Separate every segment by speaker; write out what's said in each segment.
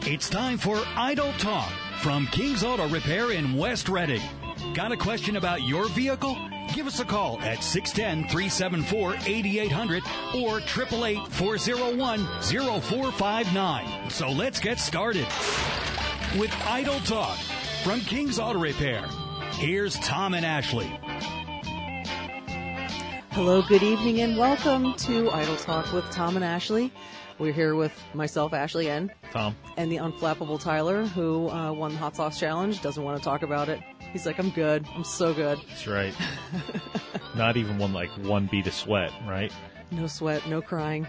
Speaker 1: It's time for Idle Talk from King's Auto Repair in West Reading. Got a question about your vehicle? Give us a call at 610 374 8800 or 888 401 0459. So let's get started with Idle Talk from King's Auto Repair. Here's Tom and Ashley.
Speaker 2: Hello, good evening, and welcome to Idle Talk with Tom and Ashley. We're here with myself, Ashley, and
Speaker 3: Tom.
Speaker 2: and the unflappable Tyler, who uh, won the hot sauce challenge. Doesn't want to talk about it. He's like, I'm good. I'm so good.
Speaker 3: That's right. Not even one like one bead of sweat, right?
Speaker 2: No sweat, no crying.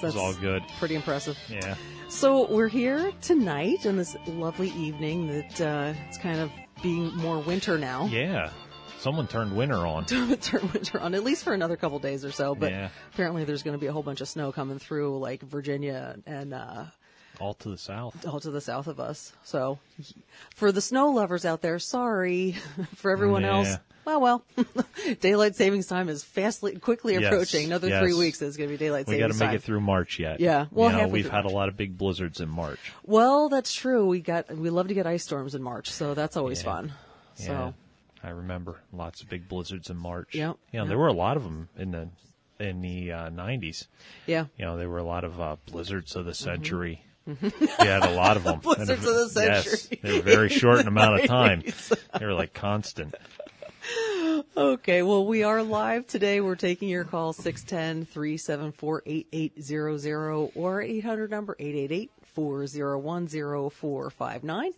Speaker 2: So
Speaker 3: It's all good.
Speaker 2: Pretty impressive.
Speaker 3: Yeah.
Speaker 2: So we're here tonight on this lovely evening that uh, it's kind of being more winter now.
Speaker 3: Yeah. Someone turned winter on.
Speaker 2: Turn winter on at least for another couple days or so, but
Speaker 3: Yeah.
Speaker 2: apparently there's going to be a whole bunch of snow coming through, like Virginia and uh,
Speaker 3: All to the south.
Speaker 2: all to the south of us. So, for the snow lovers out there, sorry. for everyone
Speaker 3: Yeah.
Speaker 2: else, well, well. daylight savings time is fastly, quickly
Speaker 3: Yes,
Speaker 2: approaching. Another three
Speaker 3: yes.
Speaker 2: weeks is going to be daylight
Speaker 3: We got to
Speaker 2: savings
Speaker 3: make
Speaker 2: time.
Speaker 3: it through March yet.
Speaker 2: Yeah, well,
Speaker 3: you know,
Speaker 2: halfway
Speaker 3: we've
Speaker 2: through
Speaker 3: had a
Speaker 2: March.
Speaker 3: lot of big blizzards in March.
Speaker 2: Well, that's true. We got we love to get ice storms in March, so that's always fun. So.
Speaker 3: Yeah. I remember lots of big blizzards in March.
Speaker 2: Yep,
Speaker 3: You know,
Speaker 2: yep.
Speaker 3: there were a lot of them in the in the uh, 90s.
Speaker 2: Yeah.
Speaker 3: You know, there were a lot of uh, blizzards of the century. we had a lot of them.
Speaker 2: Mm-hmm. Blizzards of the century.
Speaker 3: Yes, they were very short in amount of time. They were like constant.
Speaker 2: Okay. Well, we are live today. We're taking your call 610-374-8800 or 800 number 888-401-0459.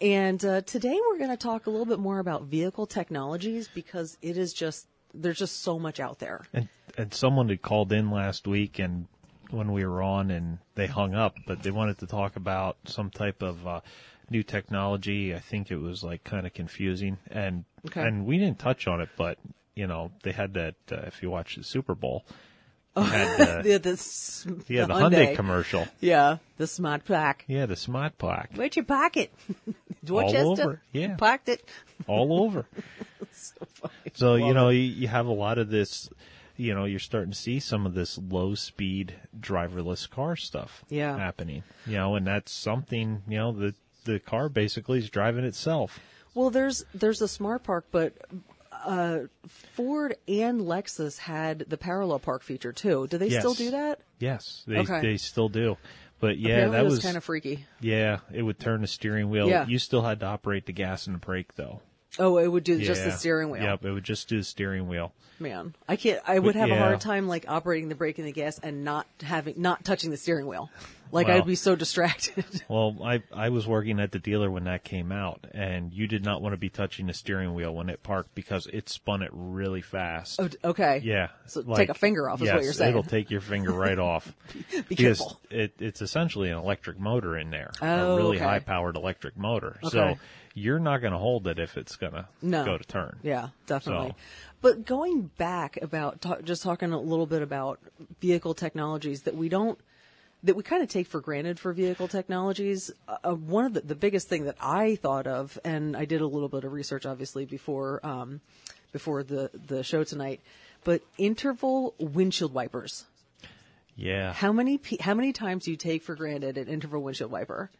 Speaker 2: And uh, today we're going to talk a little bit more about vehicle technologies because it is just, there's just so much out there.
Speaker 3: And and someone had called in last week and when we were on and they hung up, but they wanted to talk about some type of uh, new technology. I think it was like kind of confusing and
Speaker 2: Okay.
Speaker 3: and we didn't touch on it, but you know they had that uh, if you watch the Super Bowl, they had, uh,
Speaker 2: The, the, s-
Speaker 3: yeah, the, Hyundai. commercial.
Speaker 2: Yeah. The smart pack.
Speaker 3: Yeah, the smart plaque
Speaker 2: Where's your pocket?
Speaker 3: All
Speaker 2: Dorchester?
Speaker 3: over, yeah.
Speaker 2: Pocked it.
Speaker 3: all over. so you know you, you have a lot of this. You know, you're starting to see some of this low speed driverless car stuff
Speaker 2: Yeah.
Speaker 3: happening. You know, and that's something, you know, the the car basically is driving itself.
Speaker 2: Well, there's there's a smart park, but uh, Ford and Lexus had the parallel park feature too. Do they
Speaker 3: Yes.
Speaker 2: still do that?
Speaker 3: Yes, they
Speaker 2: Okay.
Speaker 3: they still do. But yeah,
Speaker 2: Apparently
Speaker 3: that
Speaker 2: that's
Speaker 3: was
Speaker 2: kind of freaky.
Speaker 3: yeah, it would turn the steering wheel.
Speaker 2: Yeah.
Speaker 3: You still had to operate the gas and the brake though.
Speaker 2: Oh, it would do just the
Speaker 3: Yeah.
Speaker 2: steering wheel.
Speaker 3: Yep, it would just do the steering wheel.
Speaker 2: Man, I can't. I would
Speaker 3: But-
Speaker 2: have a
Speaker 3: yeah.
Speaker 2: hard time like operating the brake and the gas and not having not touching the steering wheel. Like
Speaker 3: Wow.
Speaker 2: I'd be so distracted.
Speaker 3: Well, I I was working at the dealer when that came out, and you did not want to be touching the steering wheel when it parked because it spun it really fast.
Speaker 2: Oh, d- okay.
Speaker 3: yeah,
Speaker 2: So take a finger off is
Speaker 3: yes,
Speaker 2: what you're saying.
Speaker 3: It'll take your finger right off.
Speaker 2: Be
Speaker 3: because
Speaker 2: careful.
Speaker 3: It, it's essentially an electric motor in there,
Speaker 2: Oh,
Speaker 3: a really
Speaker 2: okay.
Speaker 3: high-powered electric motor. So
Speaker 2: Okay.
Speaker 3: you're not going to hold it if it's going to
Speaker 2: no.
Speaker 3: go to turn.
Speaker 2: Yeah, definitely.
Speaker 3: So-
Speaker 2: But going back about ta- just talking a little bit about vehicle technologies that we don't that we kind of take for granted for vehicle technologies. Uh, uh, one of the, the biggest thing that I thought of, and I did a little bit of research obviously before um, before the the show tonight, but interval windshield wipers.
Speaker 3: Yeah.
Speaker 2: How many pe- how many times do you take for granted an interval windshield wiper?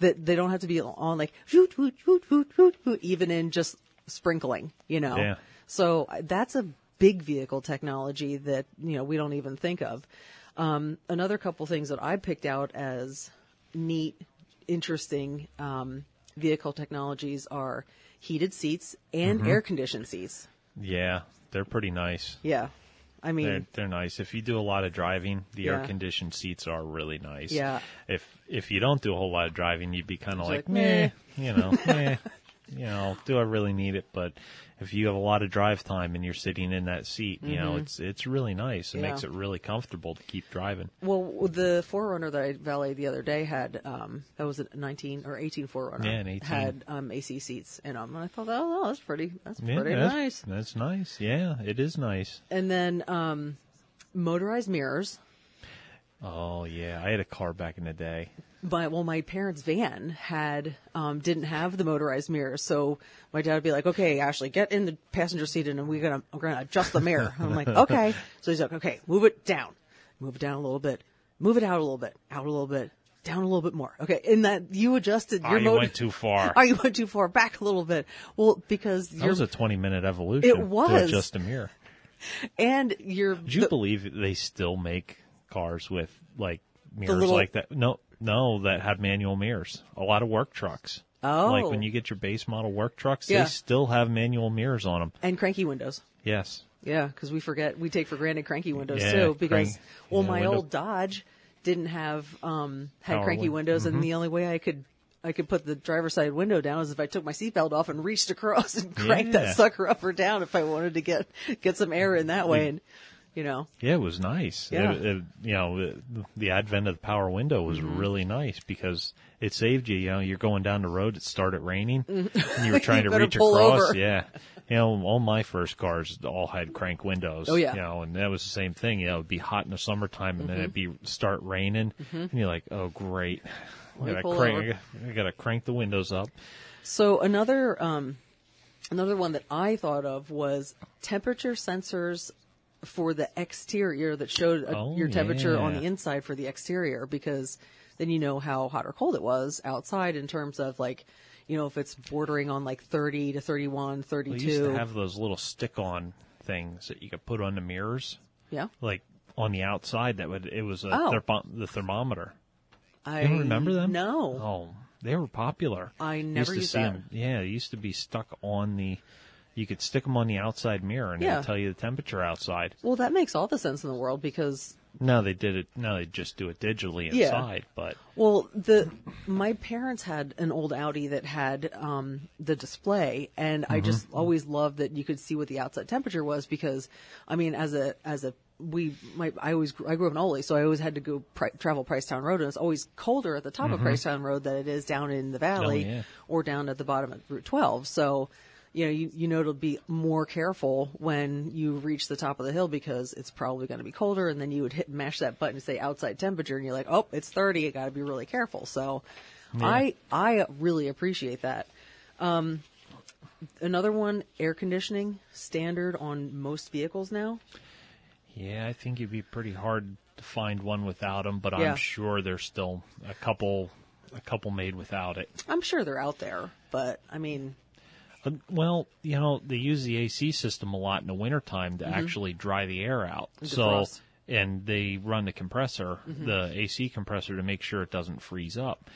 Speaker 2: That they don't have to be on like shoot, shoot, shoot, shoot, shoot, shoot, even in just sprinkling, you know.
Speaker 3: Yeah.
Speaker 2: So uh, that's a big vehicle technology that you know we don't even think of. Um, another couple things that I picked out as neat, interesting um, vehicle technologies are heated seats and air conditioned seats.
Speaker 3: yeah, they're pretty nice.
Speaker 2: Yeah, I mean,
Speaker 3: They're, they're nice. If you do a lot of driving, the
Speaker 2: Yeah.
Speaker 3: air conditioned seats are really nice.
Speaker 2: Yeah.
Speaker 3: If if you don't do a whole lot of driving, you'd be kind of
Speaker 2: like,
Speaker 3: like,
Speaker 2: meh.
Speaker 3: meh, you know, meh, you know, do I really need it? But if you have a lot of drive time and you're sitting in that seat, you know, it's it's really nice. It
Speaker 2: Mm-hmm. Yeah.
Speaker 3: makes it really comfortable to keep driving.
Speaker 2: Well, the Forerunner that I valeted the other day had um that was a 19 or 18 Forerunner.
Speaker 3: Yeah, an 18.
Speaker 2: had um AC seats in them, and I thought, oh, that's pretty, that's
Speaker 3: Yeah,
Speaker 2: pretty
Speaker 3: that's,
Speaker 2: nice.
Speaker 3: That's nice. Yeah, it is nice.
Speaker 2: And then um motorized mirrors.
Speaker 3: Oh yeah, I had a car back in the day.
Speaker 2: My well, my parents' van had um didn't have the motorized mirrors, so my dad would be like, "Okay, Ashley, get in the passenger seat, and we're gonna we're gonna adjust the mirror." I'm like, "Okay." So he's like, "Okay, move it down, move it down a little bit, move it out a little bit, out a little bit." down a little bit more. Okay. And that you adjusted
Speaker 3: Ah,
Speaker 2: your
Speaker 3: you
Speaker 2: motor-
Speaker 3: went too far.
Speaker 2: Oh, you went too far back a little bit. Well, because
Speaker 3: That
Speaker 2: your
Speaker 3: was a 20 minute evolution.
Speaker 2: It was.
Speaker 3: To adjust a mirror.
Speaker 2: and your
Speaker 3: Do you
Speaker 2: the-
Speaker 3: believe they still make cars with like mirrors
Speaker 2: little-
Speaker 3: like that? No, no, that have manual mirrors. A lot of work trucks.
Speaker 2: Oh.
Speaker 3: Like when you get your base model work trucks,
Speaker 2: Yeah.
Speaker 3: they still have manual mirrors on them.
Speaker 2: and cranky windows.
Speaker 3: Yes.
Speaker 2: Yeah, because we forget we take for granted cranky windows
Speaker 3: Yeah,
Speaker 2: too. Because
Speaker 3: crank-
Speaker 2: well,
Speaker 3: yeah,
Speaker 2: my
Speaker 3: window-
Speaker 2: old Dodge didn't have um had
Speaker 3: Power
Speaker 2: cranky
Speaker 3: win- mm-hmm.
Speaker 2: windows, and the only way I could I could put the driver's side window down is if I took my seatbelt off and reached across and cranked
Speaker 3: Yeah.
Speaker 2: that sucker up or down if I wanted to get get some air in that
Speaker 3: Mm-hmm.
Speaker 2: way, and you know.
Speaker 3: Yeah, it was nice.
Speaker 2: Yeah.
Speaker 3: It- it- you know, the- the advent of the power window was
Speaker 2: Mm-hmm.
Speaker 3: really nice because it saved you. You know, you're going down the road, it started raining, and you were
Speaker 2: Mm-hmm. You
Speaker 3: trying to
Speaker 2: better
Speaker 3: reach
Speaker 2: pull
Speaker 3: across.
Speaker 2: over.
Speaker 3: Yeah. You know, all my first cars all had crank windows.
Speaker 2: Oh, yeah.
Speaker 3: You know, and that was the same thing. You know, it'd be hot in the summertime and then
Speaker 2: Mm-hmm.
Speaker 3: it'd be start raining, and you're like, oh, great. I
Speaker 2: me
Speaker 3: gotta,
Speaker 2: pull
Speaker 3: crank,
Speaker 2: over.
Speaker 3: I gotta crank the windows up.
Speaker 2: So another um, another one that I thought of was temperature sensors for the exterior that showed uh
Speaker 3: Oh,
Speaker 2: your temperature on
Speaker 3: yeah.
Speaker 2: the inside for the exterior because then you know how hot or cold it was outside in terms of like you know if it's bordering on like 30 to 31
Speaker 3: We
Speaker 2: 32
Speaker 3: used to have those little stick on things that you could put on the mirrors.
Speaker 2: yeah
Speaker 3: like on the outside that would it was a
Speaker 2: Oh.
Speaker 3: therpo- the thermometer.
Speaker 2: i
Speaker 3: You don't remember them?
Speaker 2: no
Speaker 3: Oh, they were popular.
Speaker 2: I
Speaker 3: You
Speaker 2: never
Speaker 3: used to
Speaker 2: used
Speaker 3: see
Speaker 2: that.
Speaker 3: 'em- Yeah, they used to be stuck on the. You could stick them on the outside mirror and
Speaker 2: Yeah.
Speaker 3: it'll tell you the temperature outside.
Speaker 2: well that makes all the sense in the world because
Speaker 3: No, they did it. No, they just do it digitally
Speaker 2: Yeah.
Speaker 3: inside. But
Speaker 2: Well, the my parents had an old Audi that had um, the display, and I just always loved that you could see what the outside temperature was because, I mean, as a as a we my I always gr- I grew up in Ole, so I always had to go pri- travel Pricetown Road, and it's always colder at the top of Pricetown Road than it is Mm-hmm. down in the valley
Speaker 3: Oh, yeah.
Speaker 2: or down at the bottom of Route 12. So. You know, you, you know to be more careful when you reach the top of the hill because it's probably going to be colder, and then you would hit mash that button to say outside temperature, and you're like, oh, it's 30. I got to be really careful. So, I I really appreciate that. Um, another one, air conditioning standard on most vehicles now.
Speaker 3: yeah, I think it'd be pretty hard to find one without them. But
Speaker 2: Yeah.
Speaker 3: I'm sure there's still a couple, a couple made without it.
Speaker 2: I'm sure they're out there, but I mean,
Speaker 3: Uh, Well, you know, they use the AC system a lot in the wintertime
Speaker 2: Mm-hmm.
Speaker 3: to actually dry the air out. So,
Speaker 2: defrost.
Speaker 3: and they run the compressor,
Speaker 2: Mm-hmm.
Speaker 3: the AC compressor, to make sure it doesn't freeze up.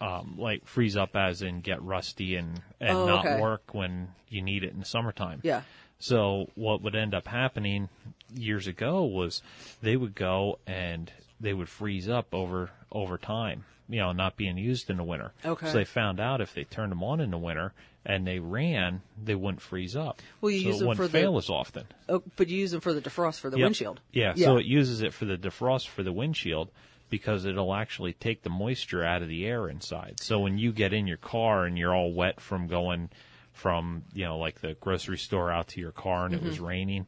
Speaker 3: Um, like freeze up as in get rusty and, and
Speaker 2: Oh,
Speaker 3: not
Speaker 2: okay.
Speaker 3: work when you need it in the summertime.
Speaker 2: Yeah.
Speaker 3: So what would end up happening years ago was they would go and they would freeze up over over time, you know, not being used in the winter.
Speaker 2: Okay.
Speaker 3: So they found out if they turned them on in the winter and they ran, they wouldn't freeze up.
Speaker 2: Well, you
Speaker 3: so
Speaker 2: use
Speaker 3: it
Speaker 2: them
Speaker 3: wouldn't
Speaker 2: for the-
Speaker 3: fail as often.
Speaker 2: oh, but you use them for the defrost for the
Speaker 3: Yep.
Speaker 2: windshield.
Speaker 3: Yeah, so it uses it for the defrost for the windshield because it'll actually take the moisture out of the air inside. So when you get in your car and you're all wet from going from, you know, like the grocery store out to your car and it
Speaker 2: Mm-hmm.
Speaker 3: was raining,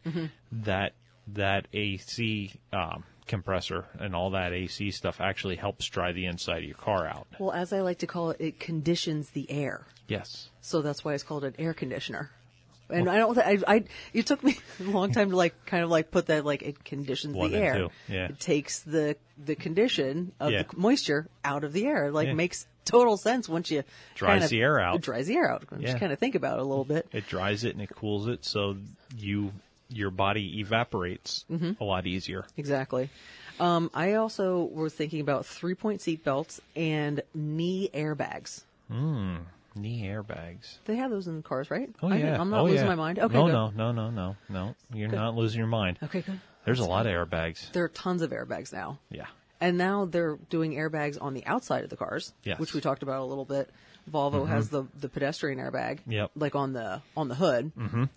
Speaker 3: that that AC um, compressor and all that AC stuff actually helps dry the inside of your car out.
Speaker 2: well, as I like to call it, it conditions the air.
Speaker 3: Yes.
Speaker 2: So that's why it's called an air conditioner. And I don't. Th- I, I. It took me a long time to like, kind of like put that like it conditions
Speaker 3: One
Speaker 2: the
Speaker 3: and
Speaker 2: air.
Speaker 3: two, yeah.
Speaker 2: It takes the the condition of
Speaker 3: Yeah.
Speaker 2: the moisture out of the air. Like
Speaker 3: Yeah.
Speaker 2: makes total sense once you
Speaker 3: Dries
Speaker 2: kind of-
Speaker 3: the air out.
Speaker 2: It dries the air out. Just
Speaker 3: Yeah.
Speaker 2: kind of think about it a little bit.
Speaker 3: It dries it and it cools it so you your body evaporates
Speaker 2: Mm-hmm.
Speaker 3: a lot easier.
Speaker 2: Exactly. Um, I also was thinking about three point seat belts and knee airbags.
Speaker 3: Knee airbags.
Speaker 2: They have those in cars, right?
Speaker 3: Oh
Speaker 2: I think-
Speaker 3: yeah,
Speaker 2: I'm not
Speaker 3: Oh,
Speaker 2: losing
Speaker 3: yeah.
Speaker 2: my mind. Okay.
Speaker 3: No,
Speaker 2: good.
Speaker 3: no, no, no, no, no. You're not losing your mind.
Speaker 2: Okay, good.
Speaker 3: There's a lot of airbags.
Speaker 2: There are tons of airbags now.
Speaker 3: Yeah.
Speaker 2: And now they're doing airbags on the outside of the cars,
Speaker 3: Yes. Mm-hmm.
Speaker 2: which we talked about a little bit. Volvo has the the pedestrian airbag,
Speaker 3: Yep. Mm-hmm.
Speaker 2: like on the on the hood,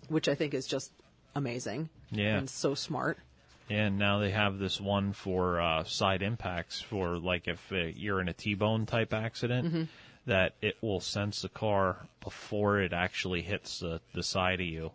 Speaker 2: which I think is just amazing.
Speaker 3: Yeah.
Speaker 2: and so smart.
Speaker 3: And now they have this one for uh, side impacts for like if uh, you're in a T-bone type accident,
Speaker 2: Mm-hmm.
Speaker 3: that it will sense the car before it actually hits the, the side of you,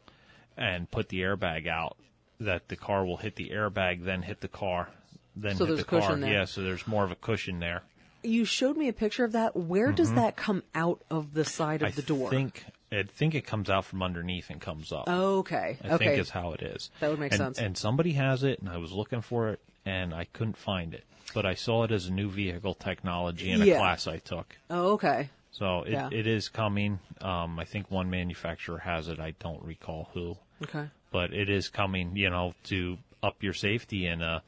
Speaker 3: and put the airbag out. That the car will hit the airbag, then hit the car, then
Speaker 2: So
Speaker 3: hit
Speaker 2: there's
Speaker 3: the
Speaker 2: a cushion
Speaker 3: car.
Speaker 2: there.
Speaker 3: Yeah, so there's more of a cushion there.
Speaker 2: You showed me a picture of that. Where does that come out of the side of
Speaker 3: Mm-hmm.
Speaker 2: the
Speaker 3: I
Speaker 2: door? Oh,
Speaker 3: think I think it comes out from underneath and comes up.
Speaker 2: Okay.
Speaker 3: I
Speaker 2: okay.
Speaker 3: think is how it is.
Speaker 2: That would make
Speaker 3: And-
Speaker 2: sense.
Speaker 3: And somebody has it, and I was looking for it, and I couldn't find it. But I saw it as a new vehicle technology in a
Speaker 2: Yeah.
Speaker 3: class I took.
Speaker 2: oh, okay.
Speaker 3: So it,
Speaker 2: Yeah.
Speaker 3: it is coming. Um, I think one manufacturer has it. I don't recall who,
Speaker 2: Okay.
Speaker 3: but it is coming. You know, to up your safety in a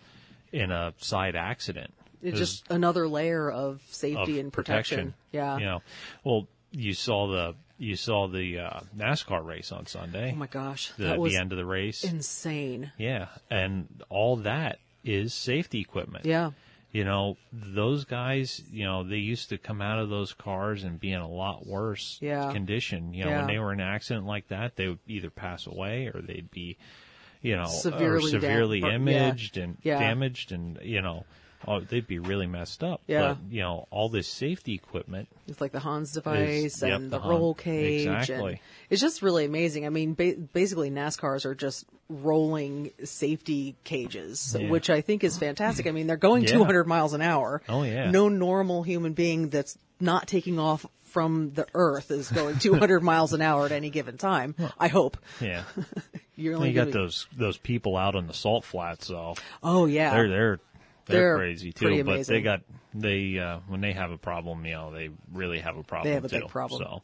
Speaker 3: in a side accident.
Speaker 2: It's
Speaker 3: 'Cause
Speaker 2: just another layer of safety
Speaker 3: of
Speaker 2: and protection. Yeah.
Speaker 3: You know, well, you saw the you saw the uh, NASCAR race on Sunday.
Speaker 2: Oh my gosh,
Speaker 3: the,
Speaker 2: that was
Speaker 3: the end of the race.
Speaker 2: insane.
Speaker 3: Yeah, and all that is safety equipment.
Speaker 2: Yeah.
Speaker 3: You know, those guys, you know, they used to come out of those cars and be in a lot worse
Speaker 2: Yeah.
Speaker 3: condition. You know, when
Speaker 2: Yeah.
Speaker 3: they were in an accident like that, they would either pass away or they'd be, you know, or
Speaker 2: Severely dam-
Speaker 3: severely
Speaker 2: or- yeah.
Speaker 3: imaged and
Speaker 2: Yeah.
Speaker 3: damaged and, you know, oh, they'd be really messed up.
Speaker 2: Yeah.
Speaker 3: But, you know, all this safety equipment
Speaker 2: It's like the Hans device
Speaker 3: yep,
Speaker 2: and
Speaker 3: the
Speaker 2: the,
Speaker 3: Han-
Speaker 2: roll cage. And
Speaker 3: exactly.
Speaker 2: it's just really amazing. I mean, ba- basically, NASCARs are just rolling safety cages,
Speaker 3: Yeah.
Speaker 2: which I think is fantastic. I mean, they're going
Speaker 3: Yeah.
Speaker 2: 200 miles an hour.
Speaker 3: Oh, yeah.
Speaker 2: No normal human being that's not taking off from the earth is going 200 miles an hour at any given time. I hope.
Speaker 3: Yeah,
Speaker 2: You're
Speaker 3: you
Speaker 2: only
Speaker 3: got
Speaker 2: gonna-
Speaker 3: those those people out on the salt flats, though.
Speaker 2: Oh, yeah.
Speaker 3: they're they're they're,
Speaker 2: They're
Speaker 3: crazy
Speaker 2: pretty
Speaker 3: too. But they
Speaker 2: amazing.
Speaker 3: got they uh, when they have a problem, you know, they really have a problem.
Speaker 2: They have a big
Speaker 3: too.
Speaker 2: problem.
Speaker 3: So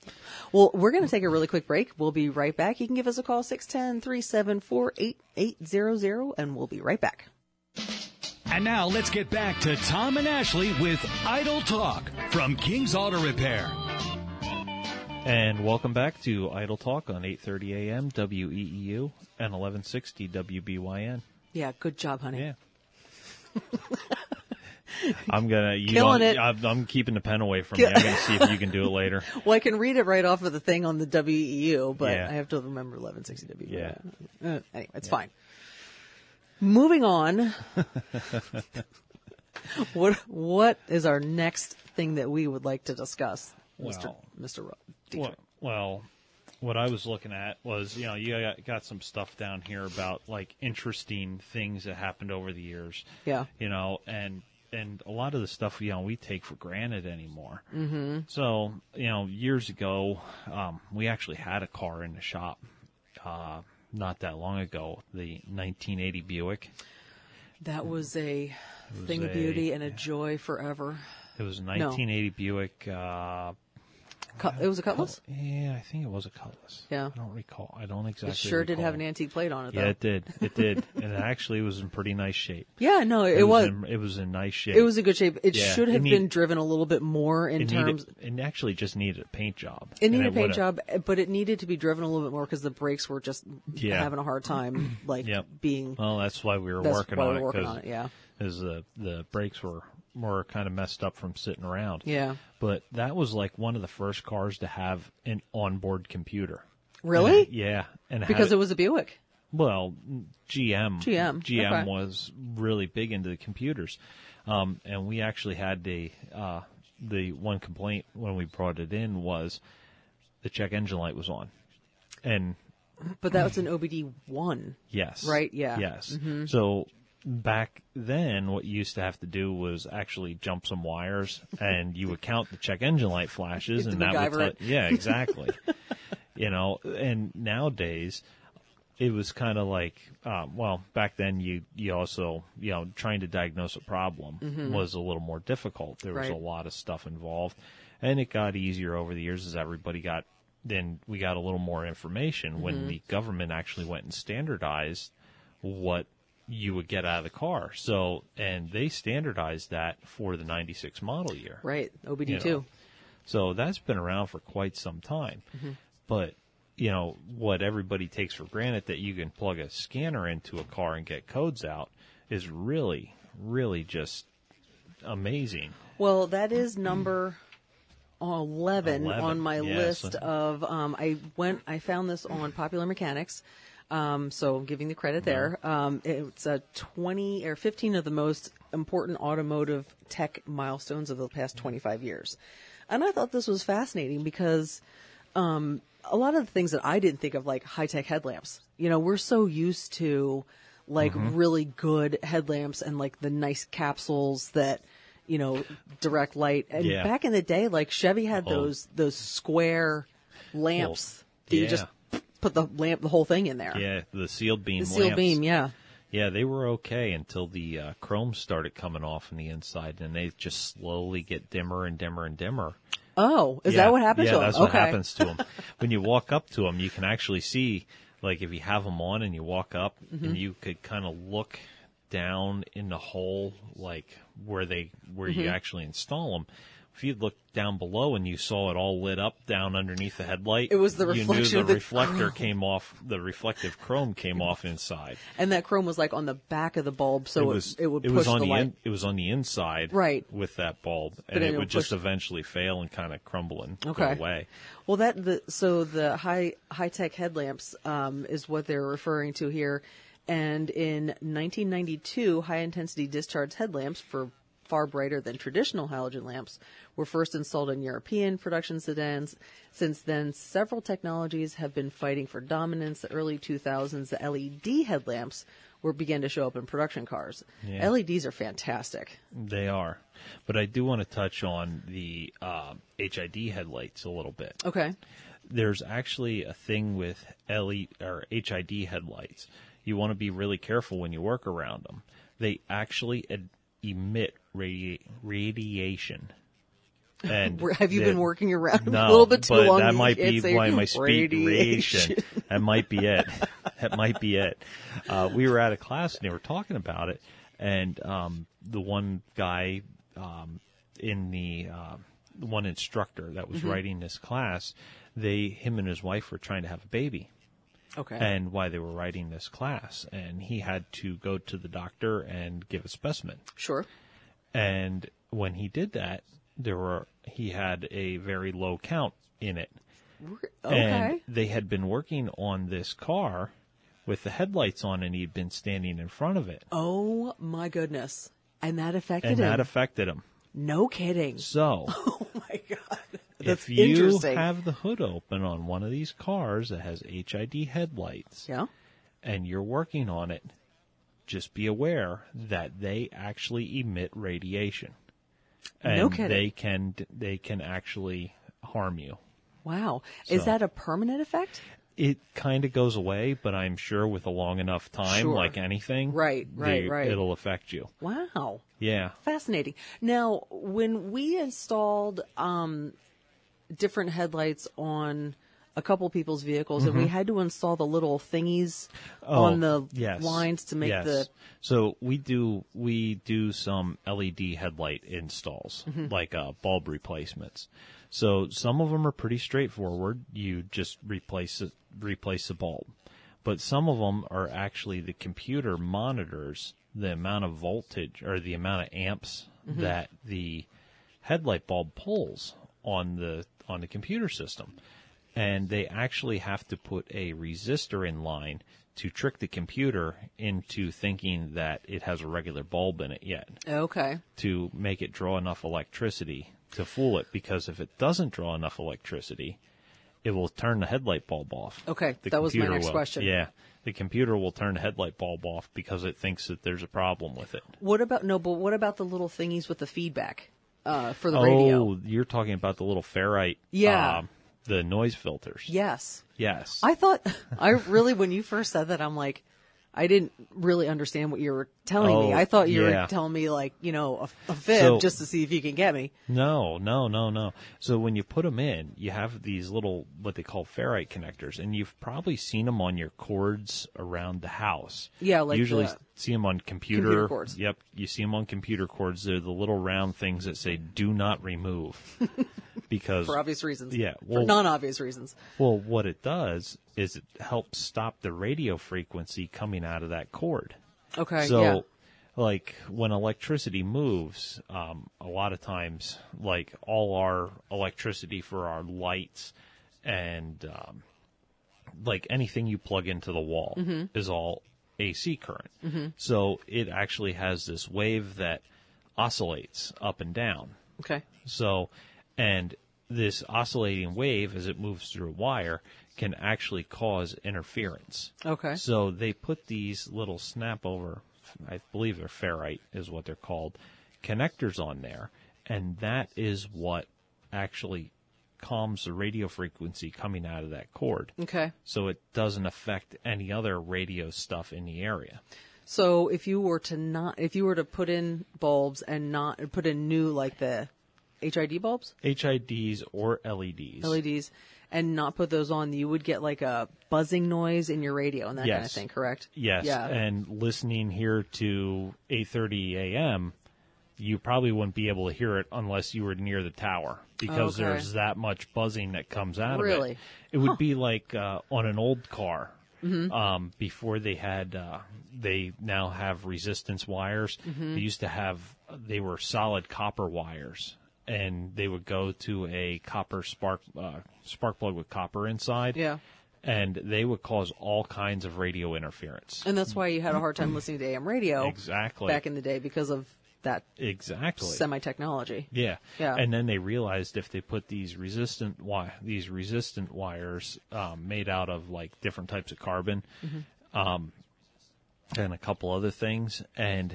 Speaker 2: Well, we're going to take a really quick break. We'll be right back. You can give us a call 610-374-8800 and we'll be right back.
Speaker 1: And now let's get back to Tom and Ashley with Idle Talk from King's Auto Repair.
Speaker 3: and welcome back to Idle Talk on 8:30 a.m. WEEU E and 1160 WBYN.
Speaker 2: Yeah, good job, honey.
Speaker 3: Yeah. I'm gonna you
Speaker 2: Killing
Speaker 3: don't-
Speaker 2: it.
Speaker 3: I'm, I'm keeping the pen away from you. I'm gonna see if you can do it later.
Speaker 2: Well, I can read it right off of the thing on the WEU, but
Speaker 3: Yeah.
Speaker 2: I have to remember 1160 W.
Speaker 3: Yeah.
Speaker 2: Uh, anyway, it's fine. Moving on. what what is our next thing that we would like to discuss, Mr.
Speaker 3: Well,
Speaker 2: Mr. Ro-
Speaker 3: Well,
Speaker 2: Dietrich?
Speaker 3: well, what I was looking at was, you know, you got, got some stuff down here about like interesting things that happened over the years.
Speaker 2: Yeah.
Speaker 3: You know, and and a lot of the stuff you know we take for granted anymore. Mm-hmm. So you know, years ago, um, we actually had a car in the shop. Uh, not that long ago, the 1980 Buick.
Speaker 2: That was a thing of
Speaker 3: hmm. a- Uh,
Speaker 2: beauty and a joy forever.
Speaker 3: It was a 1980 Buick. Uh,
Speaker 2: Cut, it was a Cutlass?
Speaker 3: yeah, I think it was a Cutlass.
Speaker 2: Yeah.
Speaker 3: I don't recall. I don't exactly.
Speaker 2: It sure did have an
Speaker 3: recall.
Speaker 2: antique plate on it, though.
Speaker 3: Yeah, it did. It did, and it actually was in pretty nice shape.
Speaker 2: Yeah, no, it, was.
Speaker 3: In, it was in nice shape.
Speaker 2: it was a good shape. It
Speaker 3: Yeah,
Speaker 2: should
Speaker 3: it
Speaker 2: have
Speaker 3: need-
Speaker 2: been driven a little bit more in
Speaker 3: It
Speaker 2: terms.
Speaker 3: needed, it actually just needed a paint job.
Speaker 2: It
Speaker 3: and
Speaker 2: needed a paint
Speaker 3: would've-
Speaker 2: job, but it needed to be driven a little bit more because the brakes were just
Speaker 3: Yeah.
Speaker 2: having a hard time, like
Speaker 3: Yep. Uh,
Speaker 2: being.
Speaker 3: Well, that's why we were
Speaker 2: That's
Speaker 3: working
Speaker 2: why
Speaker 3: on
Speaker 2: we're
Speaker 3: it.
Speaker 2: working
Speaker 3: 'cause-
Speaker 2: on it, yeah.
Speaker 3: 'cause the the brakes were were kind of messed up from sitting around.
Speaker 2: Yeah.
Speaker 3: But that was like one of the first cars to have an onboard computer.
Speaker 2: Really?
Speaker 3: And it- yeah. And have
Speaker 2: because it was a Buick.
Speaker 3: Well, GM.
Speaker 2: GM,
Speaker 3: GM
Speaker 2: okay.
Speaker 3: was really big into the computers, um, and we actually had the uh, the one complaint when we brought it in was the check engine light was on, and
Speaker 2: But that was an OBD one.
Speaker 3: yes,
Speaker 2: Right, yeah. Mm-hmm.
Speaker 3: yes. So back then, what you used to have to do was actually jump some wires, and you would count the check engine light flashes,
Speaker 2: You
Speaker 3: and
Speaker 2: have to
Speaker 3: that would
Speaker 2: MacGyver
Speaker 3: tell- yeah, exactly. you know, and nowadays it was kind of like um, well back then you you also you know trying to diagnose a problem was a little more difficult there was
Speaker 2: Right.
Speaker 3: a lot of stuff involved and it got easier over the years as everybody got then we got a little more information when the government actually went and standardized what you would get out of the car so and they standardized that for the 96 model year
Speaker 2: Right. OBD
Speaker 3: you know.
Speaker 2: two.
Speaker 3: So that's been around for quite some time.
Speaker 2: Mm-hmm.
Speaker 3: But, you know, what everybody takes for granted that you can plug a scanner into a car and get codes out is really, really just amazing.
Speaker 2: Well, that is number 11,
Speaker 3: 11,
Speaker 2: on my
Speaker 3: yes.
Speaker 2: list of um, I went I found this on Popular Mechanics. Um, so I'm giving the credit there. Um, it's a 20 or 15 of the most important automotive tech milestones of the past 25 years. And I thought this was fascinating because a lot of the things that I didn't think of, like high tech headlamps. You know, we're so used to like
Speaker 3: Mm-hmm.
Speaker 2: really good headlamps and like the nice capsules that, you know, direct light. And
Speaker 3: Yeah.
Speaker 2: back in the day, like Chevy had those those square lamps that you
Speaker 3: Yeah.
Speaker 2: just put the lamp, the whole thing in there.
Speaker 3: Yeah, the sealed beam.
Speaker 2: Uh, The seal
Speaker 3: lamps.
Speaker 2: beam, yeah.
Speaker 3: Yeah, they were okay until the uh, chrome started coming off on the inside, and they just slowly get dimmer and dimmer and dimmer.
Speaker 2: Oh, is
Speaker 3: Yeah,
Speaker 2: that what happens
Speaker 3: yeah,
Speaker 2: to them?
Speaker 3: that's
Speaker 2: okay.
Speaker 3: what happens to them. when you walk up to them, you can actually see, like, if you have them on and you walk up,
Speaker 2: Mm-hmm.
Speaker 3: and you could kind of look down in the hole, like where they where
Speaker 2: Mm-hmm.
Speaker 3: you actually install them. If you looked down below and you saw it all lit up down underneath the headlight,
Speaker 2: It was the
Speaker 3: You knew
Speaker 2: reflection
Speaker 3: the,
Speaker 2: of the
Speaker 3: reflector came off. The reflective chrome came off inside.
Speaker 2: And that chrome was like on the back of the bulb, so it, it would push
Speaker 3: was on
Speaker 2: the,
Speaker 3: the,
Speaker 2: light.
Speaker 3: in, it was on the inside
Speaker 2: Right.
Speaker 3: with that bulb
Speaker 2: then
Speaker 3: and it,
Speaker 2: it
Speaker 3: would
Speaker 2: would
Speaker 3: just
Speaker 2: push-
Speaker 3: eventually fail and kind of crumble and
Speaker 2: Okay.
Speaker 3: go away
Speaker 2: Well, that the so the high high tech headlamps um, is what they're referring to here, and in 1992, high intensity discharge headlamps for far brighter than traditional halogen lamps were first installed in European production sedans. Since then, several technologies have been fighting for dominance. The early 2000s, the LED headlamps were began to show up in production cars.
Speaker 3: Yeah.
Speaker 2: LEDs are fantastic.
Speaker 3: they are but i do want to touch on the uh, hid headlights a little bit
Speaker 2: Okay.
Speaker 3: there's actually a thing with le or hid headlights you want to be really careful when you work around them they actually ed- emit radi- radiation and
Speaker 2: Have you been
Speaker 3: they're-
Speaker 2: working around
Speaker 3: No,
Speaker 2: a little bit too
Speaker 3: but
Speaker 2: long?
Speaker 3: That
Speaker 2: you
Speaker 3: might
Speaker 2: can't
Speaker 3: be
Speaker 2: say
Speaker 3: why my speed
Speaker 2: radiation.
Speaker 3: radiation. That might be it. that might be it. Uh, we were at a class and they were talking about it, and um, the one guy um, in the uh, the one instructor that
Speaker 2: Mm-hmm.
Speaker 3: was writing this class, they him and his wife were trying to have a baby
Speaker 2: Okay.
Speaker 3: and why they were writing this class and he had to go to the doctor and give a specimen
Speaker 2: sure.
Speaker 3: and when he did that there were he had a very low count in it
Speaker 2: Okay.
Speaker 3: and they had been working on this car with the headlights on and he'd been standing in front of it
Speaker 2: oh my goodness. And that affected
Speaker 3: and
Speaker 2: him.
Speaker 3: that affected him
Speaker 2: no kidding.
Speaker 3: so
Speaker 2: Oh my god. That's
Speaker 3: if you
Speaker 2: interesting.
Speaker 3: have the hood open on one of these cars that has hid headlights
Speaker 2: yeah.
Speaker 3: and you're working on it just be aware that they actually emit radiation and
Speaker 2: No kidding.
Speaker 3: they can they can actually harm you
Speaker 2: Wow. Is
Speaker 3: So-
Speaker 2: that a permanent effect?
Speaker 3: it kind of goes away, but I'm sure with a long enough time,
Speaker 2: Sure.
Speaker 3: like anything,
Speaker 2: Right, right,
Speaker 3: they-
Speaker 2: right.
Speaker 3: it'll affect you.
Speaker 2: Wow.
Speaker 3: Yeah,
Speaker 2: Fascinating. Now, when we installed um, different headlights on a couple people's vehicles, and
Speaker 3: Mm-hmm.
Speaker 2: we had to install the little thingies on the
Speaker 3: Oh, yes,
Speaker 2: lines to make
Speaker 3: yes.
Speaker 2: the
Speaker 3: So we do we do some LED headlight installs,
Speaker 2: Mm-hmm.
Speaker 3: like uh, bulb replacements. So some of them are pretty straightforward. You just replace it, replace the bulb, but some of them are actually the computer monitors the amount of voltage or the amount of amps that the headlight bulb pulls on the on the computer system and they actually have to put a resistor in line to trick the computer into thinking that it has a regular bulb in it yet
Speaker 2: okay.
Speaker 3: to make it draw enough electricity to fool it because if it doesn't draw enough electricity it will turn the headlight bulb off
Speaker 2: Okay,
Speaker 3: The
Speaker 2: that was my
Speaker 3: computer
Speaker 2: next
Speaker 3: will.
Speaker 2: question.
Speaker 3: yeah the computer will turn the headlight bulb off because it thinks that there's a problem with it
Speaker 2: What about no? But what about the little thingies with the feedback uh, for the radio?
Speaker 3: oh you're talking about the little ferrite
Speaker 2: Yeah.
Speaker 3: um, the noise filters
Speaker 2: Yes,
Speaker 3: yes
Speaker 2: I thought I really when you first said that I'm like. I didn't really understand what you were telling me.
Speaker 3: Oh,
Speaker 2: I thought you
Speaker 3: yeah.
Speaker 2: were telling me like, you know, a, a fib
Speaker 3: So-
Speaker 2: just to see if you can get me.
Speaker 3: No, no, no, no. So when you put them in, you have these little what they call ferrite connectors, and you've probably seen them on your cords around the house.
Speaker 2: Yeah, like
Speaker 3: usually
Speaker 2: the
Speaker 3: see them on computer,
Speaker 2: computer cords.
Speaker 3: Yep, you see them on computer cords. They're the little round things that say "Do not remove," because
Speaker 2: for obvious reasons.
Speaker 3: Yeah,
Speaker 2: for
Speaker 3: well-
Speaker 2: non-obvious reasons.
Speaker 3: well, what it does is it helps stop the radio frequency coming out of that cord.
Speaker 2: Okay.
Speaker 3: So,
Speaker 2: yeah.
Speaker 3: like when electricity moves, um, a lot of times, like all our electricity for our lights and um, like anything you plug into the wall is all AC current. So it actually has this wave that oscillates up and down.
Speaker 2: Okay.
Speaker 3: So, and this oscillating wave as it moves through a wire can actually cause interference.
Speaker 2: Okay.
Speaker 3: So they put these little snap over, I believe they're ferrite is what they're called, connectors on there. And that is what actually calms the radio frequency coming out of that cord.
Speaker 2: Okay.
Speaker 3: So it doesn't affect any other radio stuff in the area.
Speaker 2: So if you were to not, if you were to put in bulbs and not put in new like the HID bulbs,
Speaker 3: HIDs or E LEDs.
Speaker 2: LEDs, E and not put those on, you would get like a buzzing noise in your radio and that kind of
Speaker 3: Yes.
Speaker 2: thing. Correct?
Speaker 3: Yes.
Speaker 2: Yeah.
Speaker 3: And listening here to 8:30 a.m., you probably wouldn't be able to hear it unless you were near the tower because
Speaker 2: Okay.
Speaker 3: there's that much buzzing that comes out of
Speaker 2: Really?
Speaker 3: it. It would be like uh, on an old car.
Speaker 2: Mm-hmm.
Speaker 3: Um, before they had, uh, they now have resistance wires.
Speaker 2: Mm-hmm.
Speaker 3: They used to have, they were solid copper wires, and they would go to a copper spark uh, spark plug with copper inside.
Speaker 2: Yeah.
Speaker 3: and they would cause all kinds of radio interference.
Speaker 2: and that's why you had a hard time listening to AM radio
Speaker 3: Exactly.
Speaker 2: back in the day because of that
Speaker 3: Exactly.
Speaker 2: semi technology.
Speaker 3: yeah.
Speaker 2: Yeah.
Speaker 3: And then they realized if they put these resistant wi- these resistant wires um, made out of like different types of carbon,
Speaker 2: Mm-hmm.
Speaker 3: um, and a couple other things, and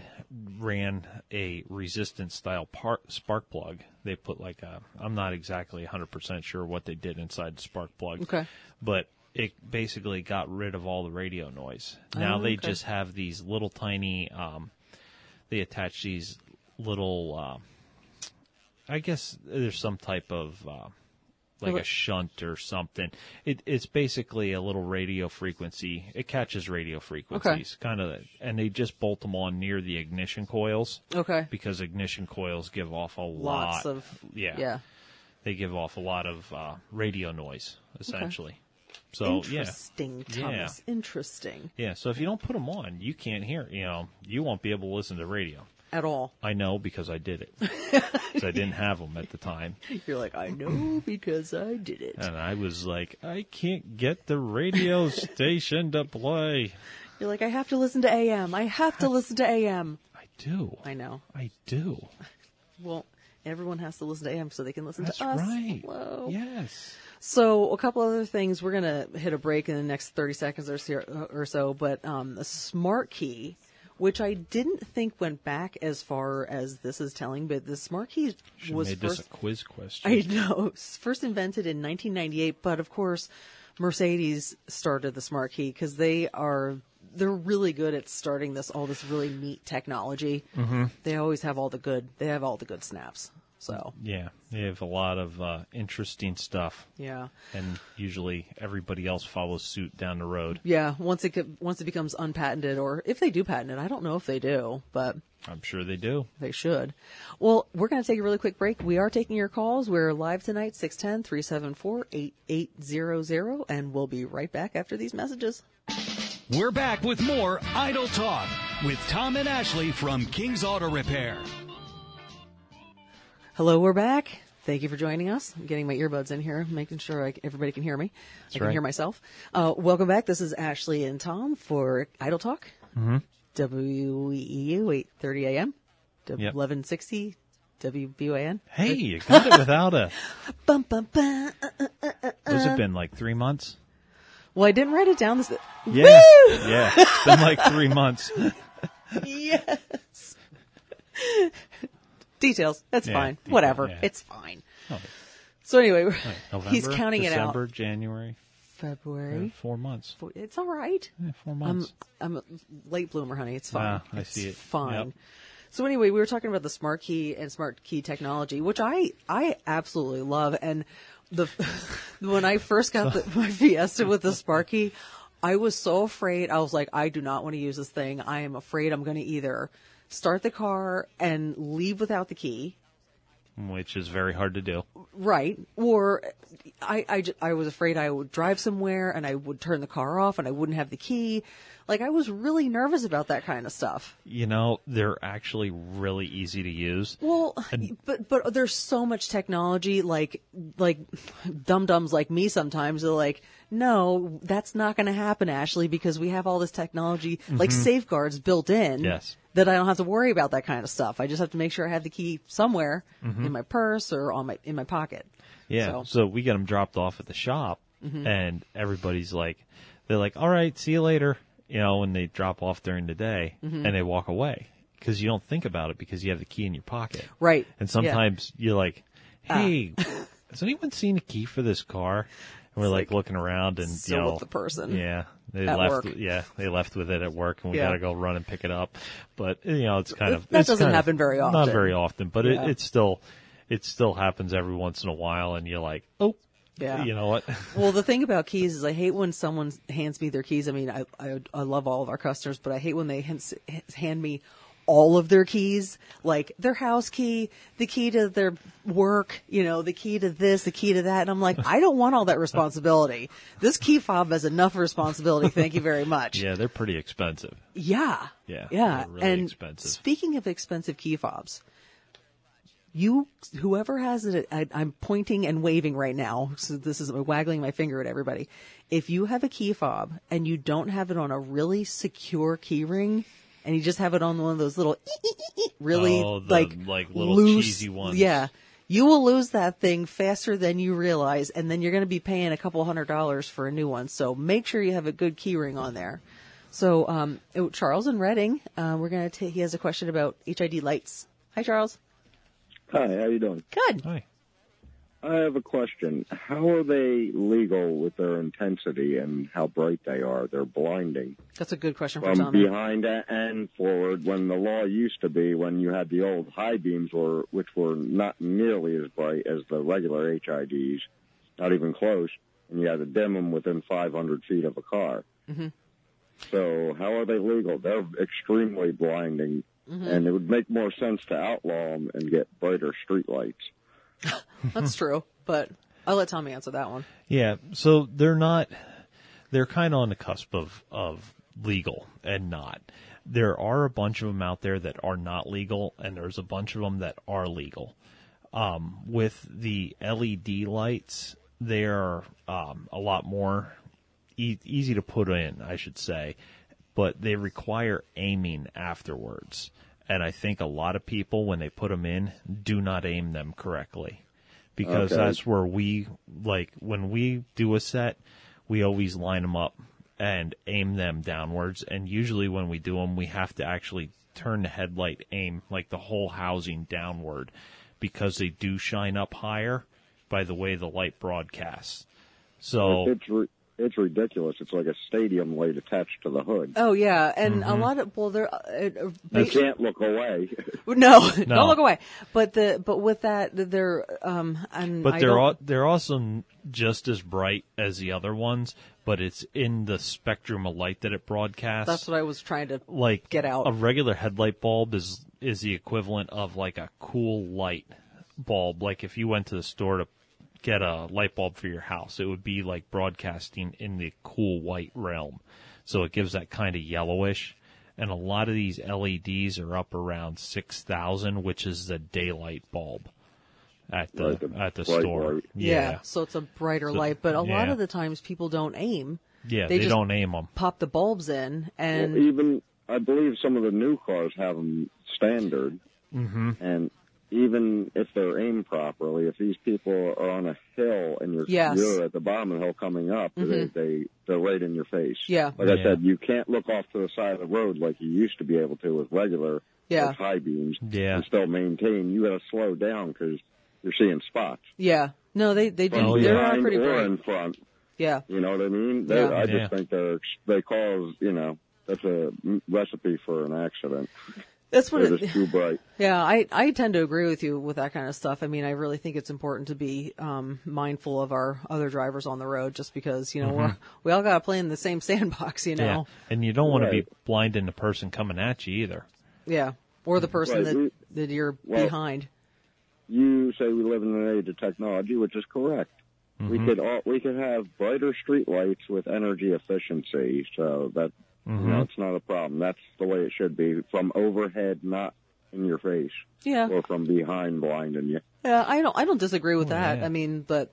Speaker 3: ran a resistant style par- spark plug. They put like a I'm not exactly 100 percent sure what they did inside the spark plug.
Speaker 2: Okay.
Speaker 3: But it basically got rid of all the radio noise. Now
Speaker 2: Oh,
Speaker 3: they
Speaker 2: okay.
Speaker 3: just have these little tiny. Um, they attach these little uh, i guess there's some type of uh, like
Speaker 2: Well,
Speaker 3: a shunt or something it, it's basically a little radio frequency it catches radio frequencies kind of and they just bolt them on near the ignition coils
Speaker 2: Okay.
Speaker 3: because ignition coils give off a
Speaker 2: Lots
Speaker 3: lot
Speaker 2: of
Speaker 3: yeah,
Speaker 2: yeah.
Speaker 3: they give off a lot of uh, radio noise essentially so yeah
Speaker 2: Interesting,
Speaker 3: Yeah.
Speaker 2: Thomas. Interesting
Speaker 3: yeah so if you don't put them on you can't hear you know you won't be able to listen to radio
Speaker 2: at all.
Speaker 3: I know because I did it. 'Cause I didn't have them at the time.
Speaker 2: You're like, I know because I did it.
Speaker 3: And I was like, I can't get the radio station to play.
Speaker 2: You're like, I have to listen to AM. I have to listen to AM.
Speaker 3: I do.
Speaker 2: I know.
Speaker 3: I do.
Speaker 2: Well, everyone has to listen to AM so they can listen
Speaker 3: That's
Speaker 2: to us.
Speaker 3: right.
Speaker 2: Hello.
Speaker 3: Yes.
Speaker 2: So, a couple other things. We're going to hit a break in the next 30 seconds or so, or so but um, a smart key, which I didn't think went back as far as this is telling, but the smart key
Speaker 3: Should
Speaker 2: was
Speaker 3: made
Speaker 2: first.
Speaker 3: this a quiz question.
Speaker 2: I know. It was first invented in 1998, but of course, Mercedes started the smart key because they are they're really good at starting this all this really neat technology. Mm-hmm. They always have all the good. They have all the good snaps. So
Speaker 3: yeah. They have a lot of uh, interesting stuff.
Speaker 2: yeah,
Speaker 3: And usually everybody else follows suit down the road.
Speaker 2: yeah. Once it co- once it becomes unpatented, or if they do patent it, I don't know if they do, but
Speaker 3: I'm sure they do.
Speaker 2: They should. Well, we're going to take a really quick break. We are taking your calls. We're live tonight, 610 374 8800, and we'll be right back after these messages.
Speaker 1: We're back with more Idle Talk with Tom and Ashley from King's Auto Repair.
Speaker 2: Hello, we're back. Thank you for joining us. I'm getting my earbuds in here, making sure I, everybody can hear me. I can
Speaker 3: right.
Speaker 2: hear myself. Uh, welcome back. This is Ashley and Tom for Idle Talk. Mm-hmm. WEEU, 830 AM, W-
Speaker 3: Yep.
Speaker 2: 1160 WBUAN.
Speaker 3: Hey, you got it without a.
Speaker 2: Bum, bum, bum.
Speaker 3: What's
Speaker 2: Uh,
Speaker 3: it been, like three months?
Speaker 2: Well, I didn't write it down. This
Speaker 3: Yeah. Yeah. It's been like three months.
Speaker 2: yes. Details. That's
Speaker 3: Yeah,
Speaker 2: fine.
Speaker 3: detail,
Speaker 2: Whatever.
Speaker 3: yeah.
Speaker 2: It's fine.
Speaker 3: Oh,
Speaker 2: So anyway, we're-
Speaker 3: November,
Speaker 2: he's counting
Speaker 3: December,
Speaker 2: it out.
Speaker 3: January,
Speaker 2: February.
Speaker 3: four months.
Speaker 2: It's all right.
Speaker 3: Yeah, four
Speaker 2: I'm
Speaker 3: months.
Speaker 2: I'm a late bloomer, honey. It's fine.
Speaker 3: Ah, I
Speaker 2: It's
Speaker 3: see it.
Speaker 2: Fine.
Speaker 3: Yep.
Speaker 2: So anyway, we were talking about the smart key and smart key technology, which I I absolutely love. And the when I first got the, my Fiesta with the smart key, I was so afraid. I was like, I do not want to use this thing. I am afraid I'm going to either start the car and leave without the key, Um,
Speaker 3: which is very hard to do.
Speaker 2: Right. Or I, I, ju- I was afraid I would drive somewhere and I would turn the car off and I wouldn't have the key. Like I was really nervous about that kind of stuff.
Speaker 3: You know, they're actually really easy to use.
Speaker 2: Well,
Speaker 3: And-
Speaker 2: but but there's so much technology. Like like dum dums like me sometimes are like, no, that's not going to happen, Ashley, because we have all this technology like safeguards built in.
Speaker 3: Mm-hmm. Yes.
Speaker 2: That I don't have to worry about that kind of stuff. I just have to make sure I have the key somewhere in my purse or on my in my pocket.
Speaker 3: Mm-hmm. Yeah. So,
Speaker 2: So-
Speaker 3: we get them dropped off at the shop, and everybody's like, they're like, all right, see you later. You know, when they drop off during the day and they walk away because you don't think about it because you have the key in your pocket.
Speaker 2: Right.
Speaker 3: And
Speaker 2: Yeah.
Speaker 3: sometimes you're like, hey, has anyone seen a key for this car? And we're
Speaker 2: It's
Speaker 3: like,
Speaker 2: like,
Speaker 3: looking around and
Speaker 2: still
Speaker 3: you know,
Speaker 2: with the person.
Speaker 3: Yeah, they
Speaker 2: at
Speaker 3: left.
Speaker 2: work.
Speaker 3: Yeah, they left with it at work, and we
Speaker 2: Yeah.
Speaker 3: gotta go run and pick it up. But you know, it's kind of
Speaker 2: That
Speaker 3: it's
Speaker 2: doesn't
Speaker 3: kind of-
Speaker 2: happen very
Speaker 3: Not
Speaker 2: often.
Speaker 3: very often, but
Speaker 2: Yeah.
Speaker 3: it, it still it still happens every once in a while, and you're like, oh,
Speaker 2: Yeah.
Speaker 3: you know what?
Speaker 2: Well, the thing about keys is I hate when someone hands me their keys. I mean, I, I, I love all of our customers, but I hate when they hand, hand me all of their keys, like their house key, the key to their work, you know, the key to this, the key to that. And I'm like, I don't want all that responsibility. This key fob has enough responsibility. Thank you very much.
Speaker 3: yeah, they're pretty expensive.
Speaker 2: Yeah.
Speaker 3: Yeah,
Speaker 2: Yeah.
Speaker 3: they're really
Speaker 2: and
Speaker 3: expensive.
Speaker 2: speaking of expensive key fobs, you, whoever has it, I, I'm pointing and waving right now. So this is I'm waggling my finger at everybody. If you have a key fob and you don't have it on a really secure key ring, and you just have it on one of those little really
Speaker 3: Oh, the,
Speaker 2: like
Speaker 3: like, little
Speaker 2: loose,
Speaker 3: cheesy ones.
Speaker 2: Yeah, you will lose that thing faster than you realize, and then you're going to be paying a couple hundred dollars for a new one. So make sure you have a good key ring on there. So um, oh, Charles in Reading, uh, we're going to. He has a question about HID lights. Hi, Charles.
Speaker 4: Hi, how you doing?
Speaker 2: Good.
Speaker 3: Hi.
Speaker 4: I have a question. How are they legal with their intensity and how bright they are? They're blinding
Speaker 2: That's a good question for
Speaker 4: from
Speaker 2: Tommy.
Speaker 4: behind and forward. When the law used to be, when you had the old high beams, were which were not nearly as bright as the regular HIDs, not even close, and you had to dim them within 500 feet of a car. So how are they legal? They're extremely blinding, and it would make more sense to outlaw them and get brighter street lights.
Speaker 2: That's true, but I'll let Tommy answer that one.
Speaker 3: Yeah, so they're not. They're kind of on the cusp of of legal and not. There are a bunch of them out there that are not legal, and there's a bunch of them that are legal. Um, with the LED lights, they are um, a lot more e- easy to put in, I should say, but they require aiming afterwards. And I think a lot of people, when they put them in, do not aim them correctly because
Speaker 4: Okay.
Speaker 3: that's where we like when we do a set, we always line them up and aim them downwards. And usually when we do them, we have to actually turn the headlight aim like the whole housing downward because they do shine up higher by the way the light broadcasts. So
Speaker 4: It's ri- it's ridiculous. It's like a stadium light attached to the hood.
Speaker 2: Oh yeah, and a lot of well, there. Uh, uh,
Speaker 4: You can't look away.
Speaker 2: No,
Speaker 3: No.
Speaker 2: don't look away. But the but with that, they're um. And
Speaker 3: But
Speaker 2: I
Speaker 3: they're
Speaker 2: don't-
Speaker 3: all, they're also n- just as bright as the other ones, but it's in the spectrum of light that it broadcasts.
Speaker 2: That's what I was trying to
Speaker 3: like
Speaker 2: get out.
Speaker 3: a regular headlight bulb is is the equivalent of like a cool light bulb. Like if you went to the store to get a light bulb for your house, it would be like broadcasting in the cool white realm. So it gives that kind of yellowish. And a lot of these LEDs are up around six thousand, which is the daylight bulb at the
Speaker 4: Right, the
Speaker 3: at the
Speaker 4: bright
Speaker 3: store.
Speaker 4: light.
Speaker 2: yeah. So it's a brighter light, but a lot
Speaker 3: yeah.
Speaker 2: of the times people don't aim.
Speaker 3: Yeah,
Speaker 2: They
Speaker 3: they,
Speaker 2: just-
Speaker 3: don't aim them.
Speaker 2: Pop the bulbs in, and
Speaker 4: even I believe some of the new cars have them standard, mm-hmm. and even if they're aimed properly, if these people are on a hill and you're
Speaker 2: Yes. Mm-hmm.
Speaker 4: you're at the bottom of the hill coming up, they, they they're right in your face.
Speaker 2: Yeah.
Speaker 4: like
Speaker 3: Yeah.
Speaker 4: I said, you can't look off to the side of the road like you used to be able to with regular
Speaker 2: Yeah.
Speaker 4: those high beams.
Speaker 3: Yeah.
Speaker 4: and still maintain. You got to slow down because you're seeing spots.
Speaker 2: yeah, no, they they do.
Speaker 3: Oh,
Speaker 2: they
Speaker 3: yeah.
Speaker 2: are
Speaker 4: Behind
Speaker 2: pretty
Speaker 4: or
Speaker 2: bright.
Speaker 4: in front.
Speaker 2: Yeah,
Speaker 4: You know what I mean?
Speaker 2: Yeah.
Speaker 4: They I just
Speaker 3: Yeah.
Speaker 4: think they're they cause you know that's a m- recipe for an accident.
Speaker 2: that's what
Speaker 4: They're
Speaker 2: it.
Speaker 4: just too bright.
Speaker 2: Yeah, I, I tend to agree with you with that kind of stuff. I mean, I really think it's important to be um, mindful of our other drivers on the road, just because you know we're
Speaker 3: Mm-hmm.
Speaker 2: we all got to play in the same sandbox, you know.
Speaker 3: And you don't want to
Speaker 4: Right.
Speaker 3: be blinding the person coming at you either.
Speaker 2: Yeah, or the person
Speaker 4: Right,
Speaker 2: that
Speaker 4: we-
Speaker 2: that you're
Speaker 4: well-
Speaker 2: behind.
Speaker 4: You say we live in an age of technology, which is correct. We
Speaker 3: Mm-hmm.
Speaker 4: could all, we could have brighter street lights with energy efficiency, so that you
Speaker 3: Mm-hmm.
Speaker 4: know it's not a problem. That's the way it should be from overhead, not in your face,
Speaker 2: Yeah,
Speaker 4: or from behind blinding you.
Speaker 2: yeah. I don't I don't disagree with that.
Speaker 3: Oh, yeah.
Speaker 2: I mean, but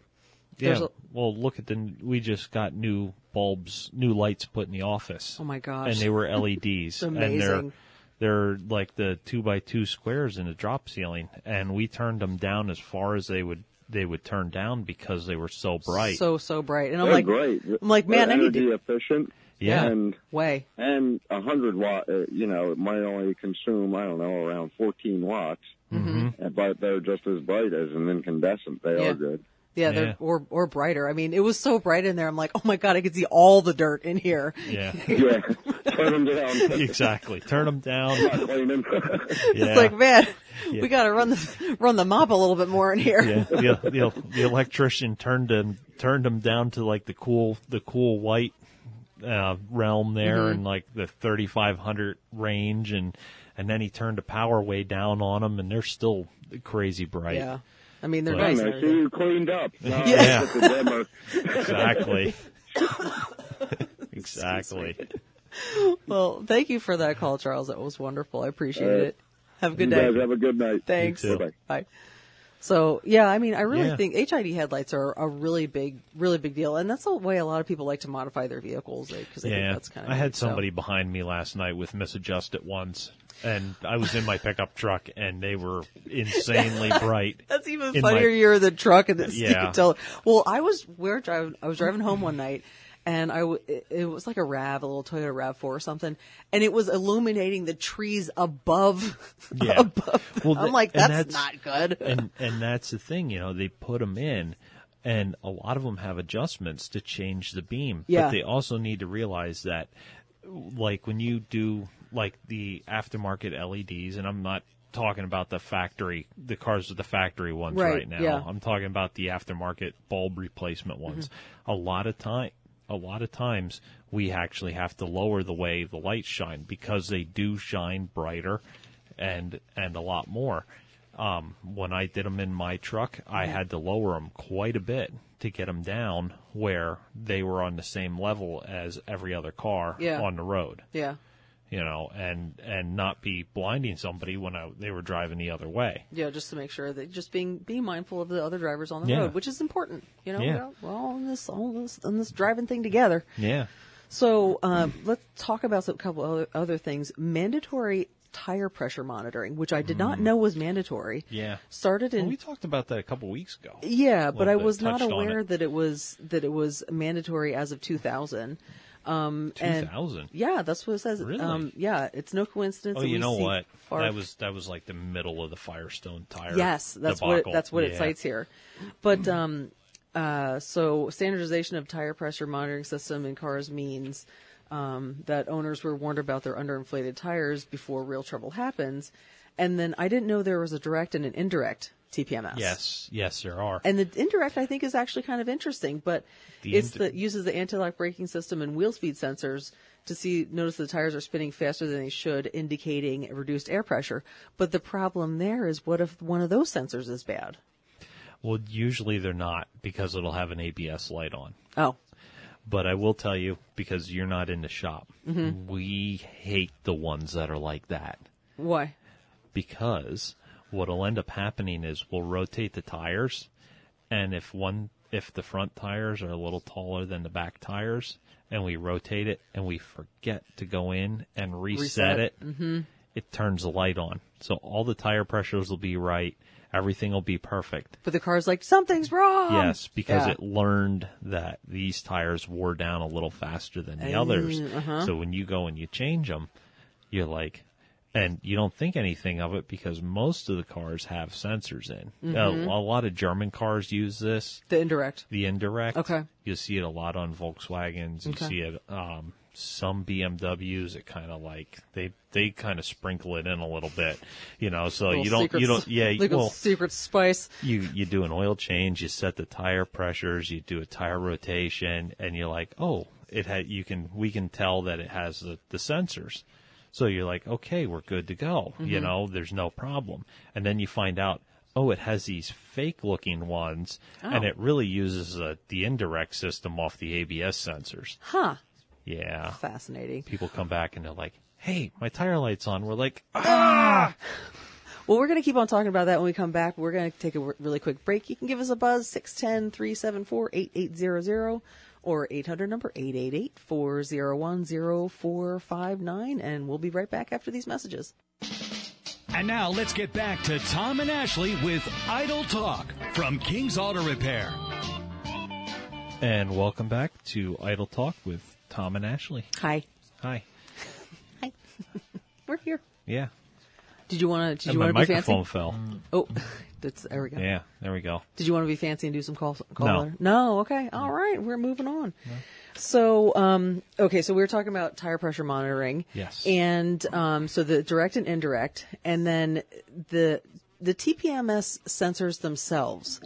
Speaker 2: there's
Speaker 3: Yeah.
Speaker 2: a,
Speaker 3: well, look at the. We just got new bulbs, new lights put in the office.
Speaker 2: Oh my gosh.
Speaker 3: And they were LEDs. And they're
Speaker 2: amazing.
Speaker 3: they're like the two by two squares in the drop ceiling, and we turned them down as far as they would they would turn down because they were so bright.
Speaker 2: so so bright, and I'm
Speaker 4: They're
Speaker 2: like
Speaker 4: great.
Speaker 2: I'm like, man, I
Speaker 4: They're
Speaker 2: need
Speaker 4: energy
Speaker 2: to
Speaker 4: efficient.
Speaker 3: Yeah.
Speaker 4: and
Speaker 2: way.
Speaker 4: and a hundred watt. Uh, you know, it might only consume I don't know around fourteen watts, mm-hmm. but they're just as bright as an incandescent. They
Speaker 2: Yeah.
Speaker 4: are good.
Speaker 2: Yeah, they're
Speaker 3: Yeah.
Speaker 2: or or brighter. I mean, it was so bright in there. I'm like, oh my god, I could see all the dirt in here.
Speaker 3: Yeah,
Speaker 4: Yeah, turn them down.
Speaker 3: exactly. Turn them down.
Speaker 4: Not clean them.
Speaker 3: Yeah.
Speaker 2: It's like, man,
Speaker 3: Yeah.
Speaker 2: we got to run the run the mop a little bit more in here.
Speaker 3: yeah, the, the, the electrician turned him turned him down to like the cool the cool white uh, realm there
Speaker 2: Mm-hmm.
Speaker 3: and like the 3500 range and and then he turned the power way down on them and they're still crazy bright.
Speaker 2: Yeah. I mean, they're
Speaker 3: Well,
Speaker 4: I
Speaker 2: nice. and
Speaker 4: see
Speaker 2: everything.
Speaker 4: you cleaned up. No,
Speaker 3: Yeah.
Speaker 4: it's just a demo.
Speaker 3: Exactly. exactly.
Speaker 2: Well, thank you for that call, Charles. That was wonderful. I appreciate
Speaker 4: Uh,
Speaker 2: it. Have a
Speaker 4: You
Speaker 2: good day.
Speaker 4: guys have a good night.
Speaker 2: Thanks.
Speaker 3: You too.
Speaker 4: Bye-bye.
Speaker 2: Bye. So yeah, I mean, I really
Speaker 3: Yeah.
Speaker 2: think HID headlights are a really big, really big deal, and that's the way a lot of people like to modify their vehicles because I think
Speaker 3: Yeah.
Speaker 2: that's kind of.
Speaker 3: I had somebody behind me last night with misadjusted ones and I was in my pickup truck and they were insanely bright.
Speaker 2: That's even
Speaker 3: in
Speaker 2: funnier.
Speaker 3: my-
Speaker 2: You're in the truck and it's, you
Speaker 3: Yeah.
Speaker 2: can tell. Well, I was we were driving. I was driving home one night, and I w- it, it was like a Rav, a little Toyota Rav Four or something, and it was illuminating the trees above.
Speaker 3: Yeah.
Speaker 2: above.
Speaker 3: Well,
Speaker 2: I'm
Speaker 3: the-
Speaker 2: like,
Speaker 3: and
Speaker 2: that's,
Speaker 3: that's-
Speaker 2: not good.
Speaker 3: and and that's the thing, you know, they put them in, and a lot of them have adjustments to change the beam.
Speaker 2: Yeah.
Speaker 3: But they also need to realize that, like when you do like the aftermarket LEDs, and I'm not talking about the factory, the cars with the factory ones
Speaker 2: Right,
Speaker 3: right, now.
Speaker 2: yeah.
Speaker 3: I'm talking about the aftermarket bulb replacement ones. A lot of time. A lot of times we actually have to lower the way the lights shine because they do shine brighter and and a lot more. Um, when I did them in my truck, I had to lower them quite a bit to get them down where they were on the same level as every other car
Speaker 2: Yeah.
Speaker 3: on the road
Speaker 2: yeah,
Speaker 3: you know, and and not be blinding somebody when I, they were driving the other way.
Speaker 2: yeah, just to make sure that just being being mindful of the other drivers on the
Speaker 3: Yeah.
Speaker 2: road, which is important. You know,
Speaker 3: Yeah.
Speaker 2: We're all- we're all in this, all in this, in this driving thing together.
Speaker 3: Yeah.
Speaker 2: So um, let's talk about some couple other, other things. Mandatory tire pressure monitoring, which I did not know was mandatory.
Speaker 3: Mm. Yeah.
Speaker 2: Started in
Speaker 3: we talked about that a couple weeks ago.
Speaker 2: yeah, but
Speaker 3: little
Speaker 2: I
Speaker 3: bit,
Speaker 2: was not
Speaker 3: touched on
Speaker 2: aware
Speaker 3: it.
Speaker 2: that it was that it was mandatory as of 2000. Um, and-
Speaker 3: 2000?
Speaker 2: Yeah, that's what it says.
Speaker 3: Really?
Speaker 2: Um, yeah, it's no coincidence.
Speaker 3: Oh,
Speaker 2: that
Speaker 3: you
Speaker 2: we
Speaker 3: know
Speaker 2: see
Speaker 3: what?
Speaker 2: far-
Speaker 3: That was that was like the middle of the Firestone tire.
Speaker 2: Yes, that's what
Speaker 3: debacle.
Speaker 2: it, that's what it
Speaker 3: Yeah.
Speaker 2: cites here. But um, uh, so standardization of tire pressure monitoring system in cars means um, that owners were warned about their underinflated tires before real trouble happens. And then I didn't know there was a direct and an indirect TPMS.
Speaker 3: Yes, yes, there are.
Speaker 2: And the indirect, I think, is actually kind of interesting, but
Speaker 3: The
Speaker 2: it's
Speaker 3: indi-
Speaker 2: the uses the anti-lock braking system and wheel speed sensors to see notice the tires are spinning faster than they should, indicating reduced air pressure. But the problem there is, what if one of those sensors is bad?
Speaker 3: well, usually they're not because it'll have an ABS light on.
Speaker 2: Oh,
Speaker 3: But I will tell you because you're not in the shop.
Speaker 2: Mm-hmm.
Speaker 3: We hate the ones that are like that.
Speaker 2: why?
Speaker 3: because what'll end up happening is we'll rotate the tires and if one if the front tires are a little taller than the back tires and we rotate it and we forget to go in and reset,
Speaker 2: Reset.
Speaker 3: it it turns the light on so all the tire pressures will be right everything will be perfect
Speaker 2: But the car's like something's wrong.
Speaker 3: Yes, because
Speaker 2: Um, Yeah.
Speaker 3: it learned that these tires wore down a little faster than
Speaker 2: Mm,
Speaker 3: the others.
Speaker 2: uh-huh.
Speaker 3: So when you go and you change them, you're like, and you don't think anything of it because most of the cars have sensors in.
Speaker 2: Mm-hmm.
Speaker 3: Now, a lot of German cars use this,
Speaker 2: the indirect.
Speaker 3: the indirect.
Speaker 2: Okay.
Speaker 3: You see it a lot on Volkswagens. You
Speaker 2: Okay.
Speaker 3: see it, um, some BMWs, it kind of like they they kind of sprinkle it in a little bit, you know. So
Speaker 2: Little
Speaker 3: you don't
Speaker 2: secret
Speaker 3: you don't
Speaker 2: s-
Speaker 3: yeah
Speaker 2: little
Speaker 3: well
Speaker 2: secret spice.
Speaker 3: you you do an oil change, you set the tire pressures, you do a tire rotation, and you're like, oh, it had you can we can tell that it has the, the sensors. So you're like, okay, we're good to go. You know, there's no problem. And then you find out, oh, it has these fake looking ones, and
Speaker 2: Oh.
Speaker 3: it really uses uh the indirect system off the ABS sensors.
Speaker 2: Huh.
Speaker 3: Yeah,
Speaker 2: Fascinating.
Speaker 3: people come back and they're like, hey, my tire light's on. We're like, "Ah."
Speaker 2: Well, we're going to keep on talking about that when we come back. We're going to take a w- really quick break. You can give us a buzz, 610-374-8800 or 800 number 888-401-0459. And we'll be right back after these messages.
Speaker 1: And now let's get back to Tom and Ashley with Idle Talk from King's Auto Repair.
Speaker 3: and welcome back to Idle Talk with Tom and Ashley.
Speaker 2: Hi.
Speaker 3: Hi.
Speaker 2: Hi. we're here.
Speaker 3: Yeah.
Speaker 2: Did you want to? Did
Speaker 3: And
Speaker 2: you
Speaker 3: my
Speaker 2: want to be
Speaker 3: microphone
Speaker 2: fancy?
Speaker 3: fell.
Speaker 2: Oh, that's there we go.
Speaker 3: Yeah, there we go.
Speaker 2: Did you want to be fancy and do some call, call letter? No. Okay. All right. We're moving on. So, um, okay. So we were talking about tire pressure monitoring.
Speaker 3: Yes.
Speaker 2: And, um, so the direct and indirect and then the, the TPMS sensors themselves.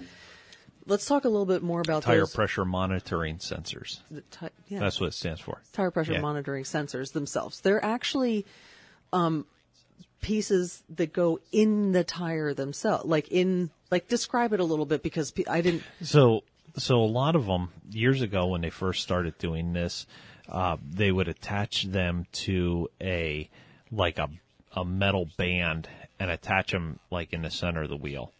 Speaker 2: Let's talk a little bit more about
Speaker 3: Tire
Speaker 2: those.
Speaker 3: pressure monitoring sensors.
Speaker 2: the ti- yeah.
Speaker 3: That's what it stands for.
Speaker 2: tire pressure
Speaker 3: Yeah.
Speaker 2: monitoring sensors themselves. They're actually um, pieces that go in the tire themselves, like in like describe it a little bit because pe- I didn't.
Speaker 3: So, so a lot of them years ago when they first started doing this, uh, they would attach them to a like a a metal band and attach them like in the center of the wheel.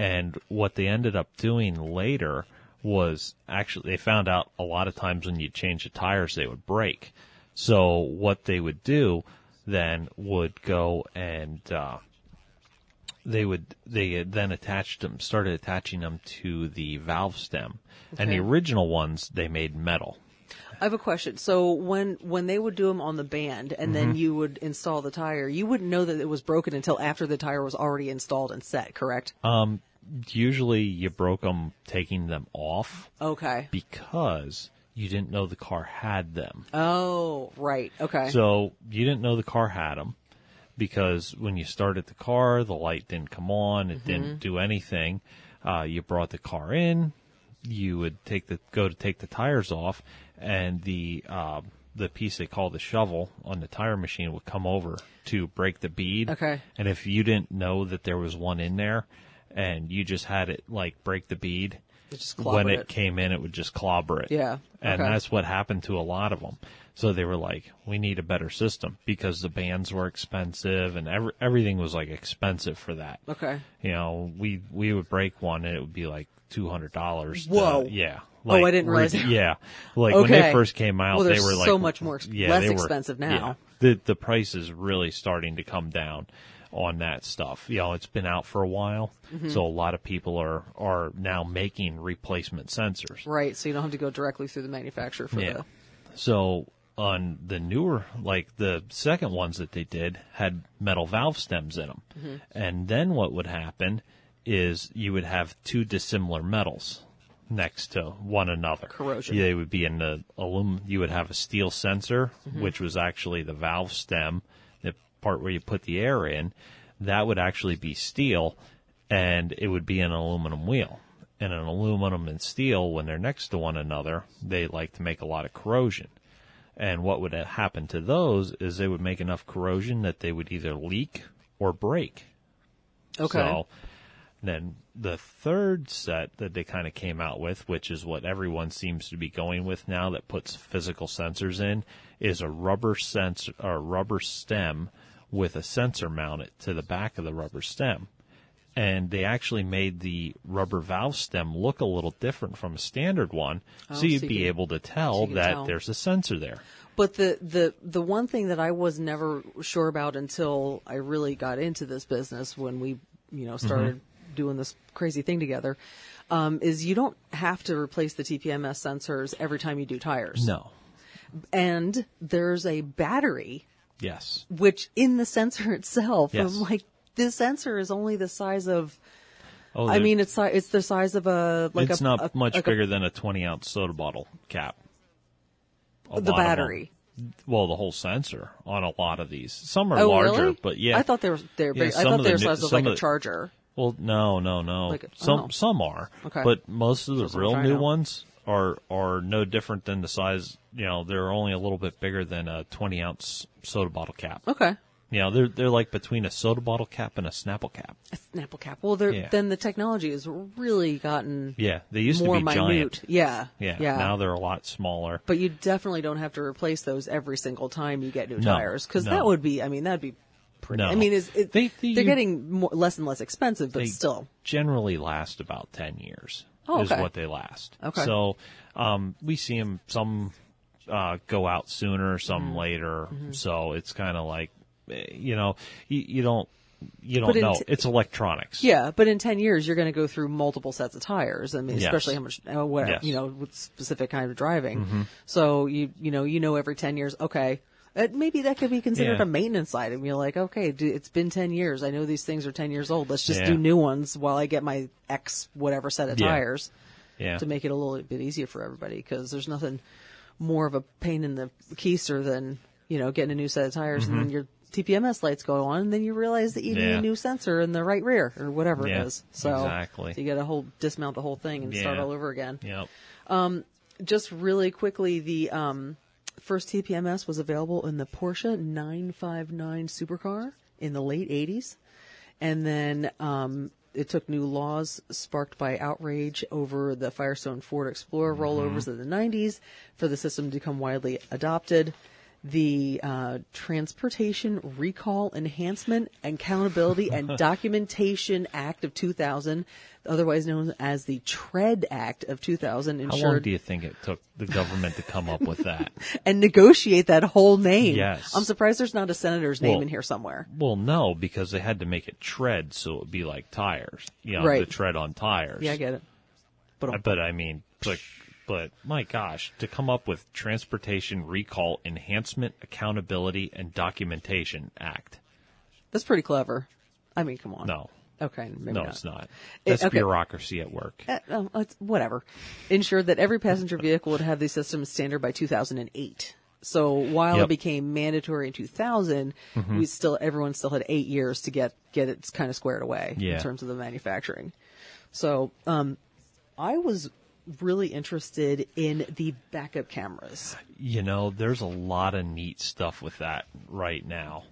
Speaker 3: And what they ended up doing later was actually they found out a lot of times when you change the tires they would break. So what they would do then would go and uh, they would they had then attached them started attaching them to the valve stem and the
Speaker 2: Okay.
Speaker 3: original ones they made metal
Speaker 2: I have a question. So when when they would do them on the band and then
Speaker 3: Mm-hmm.
Speaker 2: you would install the tire, you wouldn't know that it was broken until after the tire was already installed and set. Correct?
Speaker 3: Uh, usually you broke them taking them off
Speaker 2: okay.
Speaker 3: because you didn't know the car had them
Speaker 2: Oh, right. Okay.
Speaker 3: so you didn't know the car had them because when you started the car the light didn't come on it
Speaker 2: Mm-hmm.
Speaker 3: didn't do anything uh, you brought the car in you would take the go to take the tires off, and the uh, the piece they call the shovel on the tire machine would come over to break the bead.
Speaker 2: Okay.
Speaker 3: And if you didn't know that there was one in there, and you just had it like break the bead,
Speaker 2: It just
Speaker 3: when
Speaker 2: clobbered
Speaker 3: it,
Speaker 2: it.
Speaker 3: came in, it would just clobber it.
Speaker 2: Yeah.
Speaker 3: And
Speaker 2: Okay.
Speaker 3: that's what happened to a lot of them. So they were like, "We need a better system because the bands were expensive and every, everything was like expensive for that."
Speaker 2: okay.
Speaker 3: you know, we we would break one and it would be like two hundred dollars.
Speaker 2: Whoa.
Speaker 3: Yeah.
Speaker 2: Oh, I didn't realize
Speaker 3: rid-
Speaker 2: that.
Speaker 3: Yeah, like when they
Speaker 2: Okay.
Speaker 3: first came out,
Speaker 2: Well,
Speaker 3: they
Speaker 2: they're
Speaker 3: were like
Speaker 2: so much more ex-
Speaker 3: yeah,
Speaker 2: less
Speaker 3: they were-
Speaker 2: expensive now.
Speaker 3: yeah. The the price is really starting to come down on that stuff. You know, it's been out for a while,
Speaker 2: Mm-hmm.
Speaker 3: so a lot of people are are now making replacement sensors.
Speaker 2: Right. So you don't have to go directly through the manufacturer for
Speaker 3: Yeah. So on the newer, like the second ones that they did had metal valve stems in them.
Speaker 2: Mm-hmm.
Speaker 3: And then what would happen is you would have two dissimilar metals next to one another.
Speaker 2: Corrosion.
Speaker 3: They would be in the aluminum. You would have a steel sensor, which was actually the valve stem, the part where you put the air in. That would actually be steel and it would be an aluminum wheel. And an aluminum and steel, when they're next to one another, they like to make a lot of corrosion. And what would happen to those is they would make enough corrosion that they would either leak or break.
Speaker 2: the. Okay.
Speaker 3: So then the third set that they kind of came out with, which is what everyone seems to be going with now that puts physical sensors in, is a rubber sensor or rubber stem with a sensor mounted to the back of the rubber stem. And they actually made the rubber valve stem look a little different from a standard one,
Speaker 2: Oh,
Speaker 3: so
Speaker 2: so
Speaker 3: you'd
Speaker 2: you
Speaker 3: be
Speaker 2: can-
Speaker 3: able to tell
Speaker 2: can
Speaker 3: that
Speaker 2: tell.
Speaker 3: there's a sensor there.
Speaker 2: But the, the, the one thing that I was never sure about until I really got into this business when we, you know, started
Speaker 3: Mm-hmm.
Speaker 2: doing this crazy thing together, um, is you don't have to replace the TPMS sensors every time you do tires.
Speaker 3: No.
Speaker 2: And there's a battery,
Speaker 3: Yes.
Speaker 2: which in the sensor itself,
Speaker 3: Yes.
Speaker 2: I'm like, this sensor is only the size of,
Speaker 3: Oh,
Speaker 2: I
Speaker 3: there-
Speaker 2: mean, it's, si- it's the size of a, like
Speaker 3: it's
Speaker 2: a,
Speaker 3: not
Speaker 2: a-
Speaker 3: much
Speaker 2: like a-
Speaker 3: bigger than a 20 ounce soda bottle cap. A lot of
Speaker 2: the
Speaker 3: 'em.
Speaker 2: battery.
Speaker 3: Well, the whole sensor on a lot of these. Some are
Speaker 2: Oh,
Speaker 3: larger,
Speaker 2: really?
Speaker 3: but yeah.
Speaker 2: I thought they were, they were
Speaker 3: Yeah,
Speaker 2: big. I
Speaker 3: some
Speaker 2: thought
Speaker 3: of
Speaker 2: they
Speaker 3: the
Speaker 2: were
Speaker 3: new-
Speaker 2: size of
Speaker 3: some
Speaker 2: like
Speaker 3: of
Speaker 2: a
Speaker 3: the-
Speaker 2: charger.
Speaker 3: Well, no, no, no.
Speaker 2: Like-
Speaker 3: some
Speaker 2: oh.
Speaker 3: some are,
Speaker 2: Okay.
Speaker 3: but most of the
Speaker 2: what I'm
Speaker 3: real
Speaker 2: trying
Speaker 3: new
Speaker 2: out.
Speaker 3: ones are are no different than the size. You know, they're only a little bit bigger than a 20 ounce soda bottle cap.
Speaker 2: Okay.
Speaker 3: You know, they're they're like between a soda bottle cap and a Snapple cap.
Speaker 2: A Snapple cap. Well, there,
Speaker 3: Yeah.
Speaker 2: then the technology has really gotten
Speaker 3: Yeah, they used
Speaker 2: more
Speaker 3: to be
Speaker 2: minute.
Speaker 3: giant.
Speaker 2: Yeah.
Speaker 3: Yeah,
Speaker 2: Yeah.
Speaker 3: now they're a lot smaller.
Speaker 2: but you definitely don't have to replace those every single time you get new
Speaker 3: No,
Speaker 2: tires because
Speaker 3: no.
Speaker 2: that would be. I mean, that'd be pretty.
Speaker 3: No.
Speaker 2: I mean, is it,
Speaker 3: They-
Speaker 2: they,
Speaker 3: they-
Speaker 2: are getting more, less and less expensive, but
Speaker 3: they
Speaker 2: still.
Speaker 3: generally last about 10 years
Speaker 2: Oh,
Speaker 3: is
Speaker 2: okay.
Speaker 3: what they last
Speaker 2: Okay.
Speaker 3: so um, we see them some uh, go out sooner some
Speaker 2: Mm-hmm.
Speaker 3: later so it's kind of like eh, you know you, you don't you don't
Speaker 2: But in
Speaker 3: know
Speaker 2: t-
Speaker 3: it's electronics
Speaker 2: Yeah, but in ten years you're going to go through multiple sets of tires. I mean,
Speaker 3: Yes.
Speaker 2: especially how much, uh, what
Speaker 3: Yes. Mm-hmm.
Speaker 2: you know, with specific kind of driving. So you you know you know every ten years. Okay, That maybe that could be considered
Speaker 3: Yeah.
Speaker 2: a maintenance item. You're like, okay, d it's been ten years. I know these things are ten years old. Let's just
Speaker 3: Yeah.
Speaker 2: do new ones while I get my X whatever set of
Speaker 3: Yeah.
Speaker 2: tires
Speaker 3: Yeah.
Speaker 2: to make it a little bit easier for everybody. Because there's nothing more of a pain in the keister than you know getting a new set of tires and then your TPMS lights go on, and then you realize that you need
Speaker 3: Mm-hmm. Yeah.
Speaker 2: a new sensor in the right rear or whatever
Speaker 3: Yeah,
Speaker 2: it is. So
Speaker 3: exactly.
Speaker 2: so you got to whole dismount the whole thing and start
Speaker 3: Yeah.
Speaker 2: all over again
Speaker 3: Yep.
Speaker 2: just really quickly, the um, first TPMS was available in the Porsche 959 supercar in the late 80s. And then um, it took new laws sparked by outrage over the Firestone Ford Explorer
Speaker 3: Mm-hmm.
Speaker 2: rollovers in the 90s for the system to become widely adopted. The uh, Transportation Recall Enhancement, Accountability, and Documentation Act of 2000, otherwise known as the TREAD Act of 2000,
Speaker 3: How
Speaker 2: ensured
Speaker 3: long do you think it took the government to come up with that?
Speaker 2: and negotiate that whole name.
Speaker 3: Yes.
Speaker 2: I'm surprised there's not a senator's name
Speaker 3: Well,
Speaker 2: in here somewhere.
Speaker 3: Well, no, because they had to make it tread, so it would be like tires. You know,
Speaker 2: Right.
Speaker 3: the tread on tires.
Speaker 2: Yeah, I get it. But oh,
Speaker 3: Uh, But I mean, but, but my gosh, to come up with Transportation Recall Enhancement Accountability and Documentation Act.
Speaker 2: that's pretty clever. I mean, come on.
Speaker 3: No,
Speaker 2: Okay, maybe
Speaker 3: no,
Speaker 2: not.
Speaker 3: it's not.
Speaker 2: It-
Speaker 3: That's
Speaker 2: okay.
Speaker 3: bureaucracy at work.
Speaker 2: Eh, no, it's, whatever. Ensured that every passenger vehicle would have the system standard by 2008. So while
Speaker 3: Yep. Mm-hmm.
Speaker 2: it became mandatory in 2000, we still everyone still had eight years to get get it kind of squared away
Speaker 3: Yeah.
Speaker 2: in terms of the manufacturing. So um, I was really interested in the backup cameras.
Speaker 3: you know, there's a lot of neat stuff with that right now.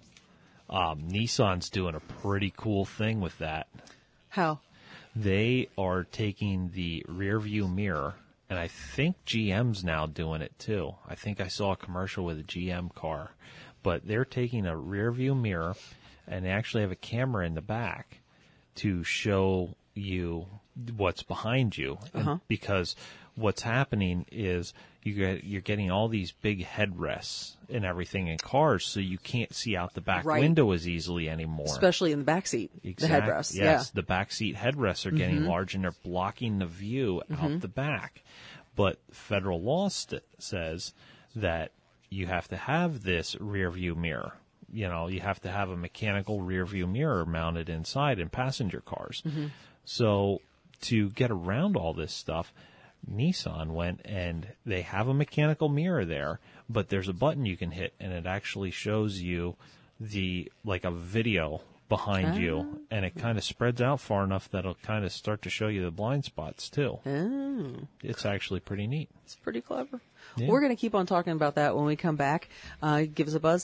Speaker 3: Um, Nissan's doing a pretty cool thing with that.
Speaker 2: How?
Speaker 3: They are taking the rear view mirror, and I think GM's now doing it too. I think I saw a commercial with a GM car, but they're taking a rear view mirror and they actually have a camera in the back to show you what's behind you And
Speaker 2: Uh-huh.
Speaker 3: because what's happening is you get, you're getting all these big headrests and everything in cars so you can't see out the back
Speaker 2: Right.
Speaker 3: window as easily anymore
Speaker 2: especially in the back seat,
Speaker 3: Exact-
Speaker 2: the headrest.
Speaker 3: Yes, the back seat headrests are getting large and they're blocking the view out the back. But federal law st- says that you have to have this rear view mirror. You know, you have to have a mechanical rear view mirror mounted inside in passenger cars. So to get around all this stuff, Nissan went and they have a mechanical mirror there, but there's a button you can hit and it actually shows you the like a video behind
Speaker 2: Oh.
Speaker 3: you and it kind of spreads out far enough that it'll kind of start to show you the blind spots too.
Speaker 2: Yeah. Oh,
Speaker 3: It's actually pretty neat.
Speaker 2: it's pretty clever. We're going to keep on talking about that when we come back. Uh, give us a buzz,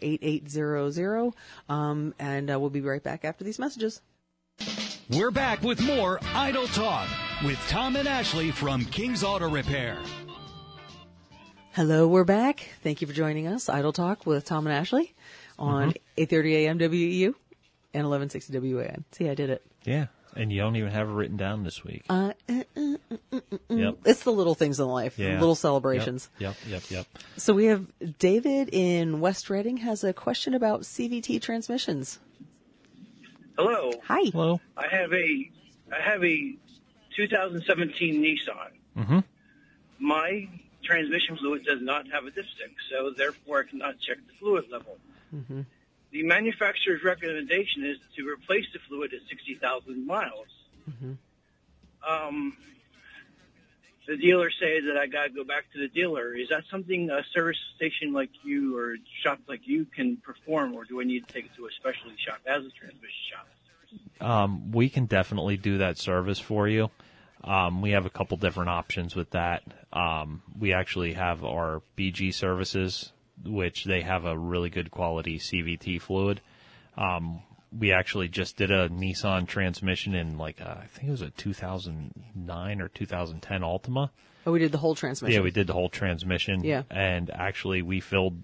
Speaker 2: 610-374-8800. Um, and uh, we'll be right back after these messages.
Speaker 1: We're back with more Idle Talk with Tom and Ashley from King's Auto Repair.
Speaker 2: Hello, we're back. Thank you for joining us. Idle Talk with Tom and Ashley
Speaker 3: Mm-hmm.
Speaker 2: on 8.30 a.m. WEU E and 1160 WAN. See, I did it.
Speaker 3: Yeah. And you don't even have it written down this week.
Speaker 2: Uh, eh, eh.
Speaker 3: yep.
Speaker 2: it's the little things in life,
Speaker 3: Yeah.
Speaker 2: little celebrations.
Speaker 3: Yep, yep, yep. yep.
Speaker 2: So we have David in West Reading has a question about CVT transmissions.
Speaker 5: Hello.
Speaker 2: Hi.
Speaker 3: Hello.
Speaker 5: I have a I have a 2017 Nissan. My transmission fluid does not have a dipstick, so therefore I cannot check the fluid level. The manufacturer's recommendation is to replace the fluid at 60,000 miles. Um, the dealer says that I got to go back to the dealer. Is that something a service station like you or a shop like you can perform, or do I need to take it to a specialty shop as a transmission shop?
Speaker 3: Um, we can definitely do that service for you. Um, we have a couple different options with that. Um, we actually have our BG services, which they have a really good quality CVT fluid. Um, we actually just did a Nissan transmission in like a, I think it was a 2009 or 2010 Altima.
Speaker 2: Oh, we did the whole transmission.
Speaker 3: Yeah, we did the whole transmission.
Speaker 2: Yeah.
Speaker 3: And actually, we filled,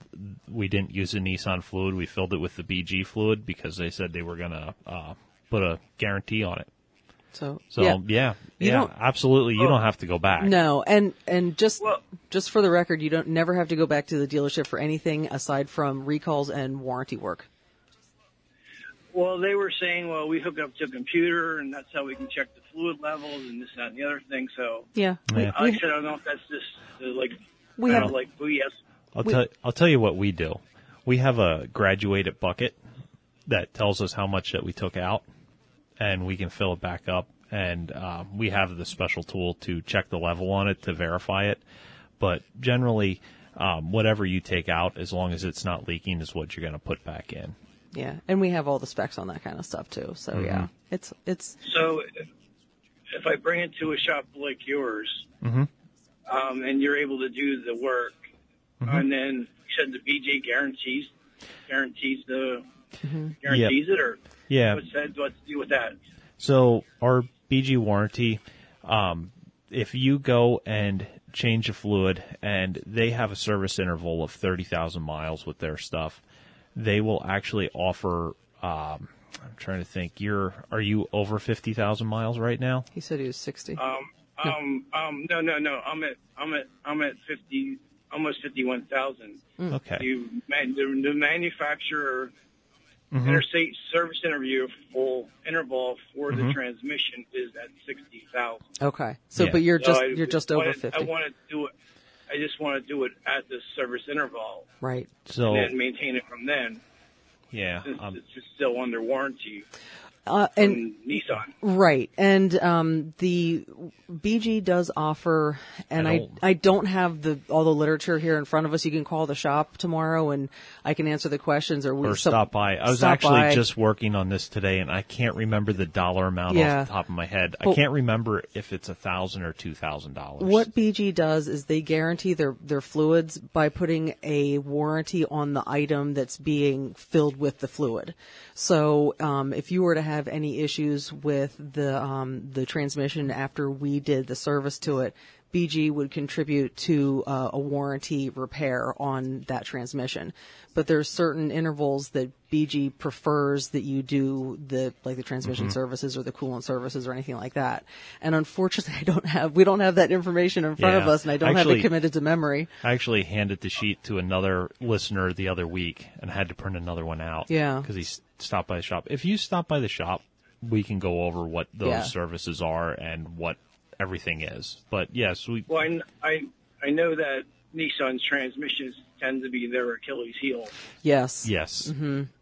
Speaker 3: we didn't use the Nissan fluid. We filled it with the BG fluid because they said they were going to uh, put a guarantee on it.
Speaker 2: So,
Speaker 3: So,
Speaker 2: yeah.
Speaker 3: yeah. Yeah,
Speaker 2: You don't- Oh,
Speaker 3: absolutely. You don't have to go back.
Speaker 2: No, and and just
Speaker 5: Well-
Speaker 2: just for the record, you don't never have to go back to the dealership for anything aside from recalls and warranty work.
Speaker 5: Well, they were saying, well, we hook up to a computer, and that's how we can check the fluid levels and this, that, and the other thing. So
Speaker 2: Yeah.
Speaker 3: Yeah.
Speaker 5: I said, I don't know if that's just uh, like
Speaker 2: We
Speaker 5: kind
Speaker 2: have-
Speaker 5: of like BS
Speaker 3: I'll
Speaker 2: We-
Speaker 3: tell I'll tell you what we do. We have a graduated bucket that tells us how much that we took out, and we can fill it back up. And um, we have the special tool to check the level on it to verify it. But generally, um, whatever you take out, as long as it's not leaking, is what you're going to put back in.
Speaker 2: Yeah, and we have all the specs on that kind of stuff too. So
Speaker 3: Mm-hmm.
Speaker 2: yeah, it's it's
Speaker 5: So if- if I bring it to a shop like yours, um, and you're able to do the work, and then you said the BJ guarantees guarantees the
Speaker 2: Mm-hmm.
Speaker 5: guarantees it, or
Speaker 3: Yeah.
Speaker 5: what's that? What to do with that?
Speaker 3: So our BG warranty, um, if you go and change a fluid and they have a service interval of 30,000 miles with their stuff, they will actually offer, um, I'm trying to think, you're, are you over 50,000 miles right now?
Speaker 2: he said he was sixty.
Speaker 5: Um, um, um, no, no, no. I'm at I'm at I'm at fifty, almost fifty one thousand.
Speaker 3: Okay.
Speaker 5: You man, the, the manufacturer
Speaker 3: Mm-hmm.
Speaker 5: interstate service interview full interval for
Speaker 3: Mm-hmm.
Speaker 5: the transmission is at sixty thousand.
Speaker 2: okay, so
Speaker 3: Yeah.
Speaker 2: but you're
Speaker 5: So
Speaker 2: just
Speaker 5: I
Speaker 2: you're just over
Speaker 5: wanted- I
Speaker 2: fifty,
Speaker 5: want to do it. I just want to do it at the service interval
Speaker 2: right?
Speaker 3: so,
Speaker 5: and then maintain it from then.
Speaker 3: yeah,
Speaker 5: Since
Speaker 3: um,
Speaker 5: it's just still under warranty
Speaker 2: Uh,
Speaker 5: from
Speaker 2: and
Speaker 5: Nissan.
Speaker 2: Right, and um, the BG does offer, and
Speaker 3: I
Speaker 2: I
Speaker 3: don't-
Speaker 2: I don't have the all the literature here in front of us. You can call the shop tomorrow, and I can answer the questions, or we
Speaker 3: or
Speaker 2: some-
Speaker 3: stop by. I was
Speaker 2: stop
Speaker 3: actually
Speaker 2: by.
Speaker 3: just working on this today, and I can't remember the dollar amount
Speaker 2: Yeah.
Speaker 3: off the top of my head. I
Speaker 2: Well-
Speaker 3: can't remember if it's a thousand or two thousand dollars.
Speaker 2: What BG does is they guarantee their, their fluids by putting a warranty on the item that's being filled with the fluid. So um, if you were to have any issues with the um, the transmission after we did the service to it, BG would contribute to uh, a warranty repair on that transmission. But there's certain intervals that BG prefers that you do the like the
Speaker 3: Mm-hmm.
Speaker 2: transmission services or the coolant services or anything like that. And unfortunately, I don't have we don't have that information in front of
Speaker 3: Yeah.
Speaker 2: us, and I don't have
Speaker 3: Actually-
Speaker 2: it committed to memory.
Speaker 3: I actually handed the sheet to another listener the other week and had to print another one out.
Speaker 2: Yeah.
Speaker 3: Because he s- stopped by the shop. If you stop by the shop, we can go over what those
Speaker 2: Yeah.
Speaker 3: services are and what everything is. But yes, we.
Speaker 5: Well, I, kn- I, I know that Nissan's transmissions tend to be their Achilles heel.
Speaker 2: Yes.
Speaker 3: Yes.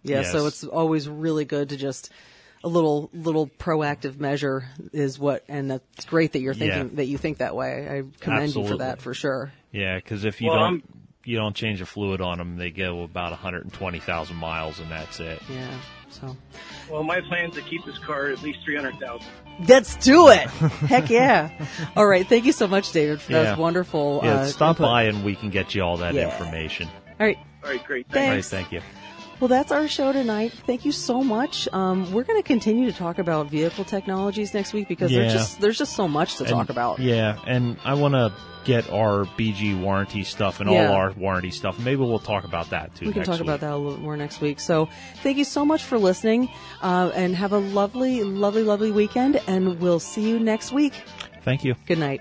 Speaker 2: Yeah, so
Speaker 3: Yes.
Speaker 2: it's always really good to just a little little proactive measure is what, and that's great that you're thinking
Speaker 3: Yeah.
Speaker 2: that you think that way. I commend you for that
Speaker 3: Absolutely.
Speaker 2: for sure.
Speaker 3: Yeah, because if you
Speaker 5: Well,
Speaker 3: don't.
Speaker 5: I'm-
Speaker 3: you don't change the fluid on them; they go about 120,000 miles, and that's it.
Speaker 2: Yeah. So
Speaker 5: Well, my plan is to keep this car at least 300,000.
Speaker 2: let's do it. Heck yeah! All right, thank you so much, David. for That
Speaker 3: Yeah.
Speaker 2: was wonderful.
Speaker 3: Yeah,
Speaker 2: uh,
Speaker 3: stop
Speaker 2: input.
Speaker 3: by, and we can get you all that
Speaker 2: Yeah.
Speaker 3: information.
Speaker 2: All right.
Speaker 5: All right, great.
Speaker 3: All right,
Speaker 2: Thanks.
Speaker 3: thank you.
Speaker 2: Well, that's our show tonight. Thank you so much. Um, we're going to continue to talk about vehicle technologies next week because
Speaker 3: Yeah.
Speaker 2: there's just there's just so much to talk
Speaker 3: And-
Speaker 2: about.
Speaker 3: Yeah, and I want to get our BG warranty stuff and
Speaker 2: Yeah.
Speaker 3: all our warranty stuff. Maybe we'll talk about that too.
Speaker 2: we can
Speaker 3: next
Speaker 2: talk about
Speaker 3: week.
Speaker 2: that a little more next week. So, thank you so much for listening, uh, and have a lovely, lovely, lovely weekend. And we'll see you next week.
Speaker 3: Thank you.
Speaker 2: Good night.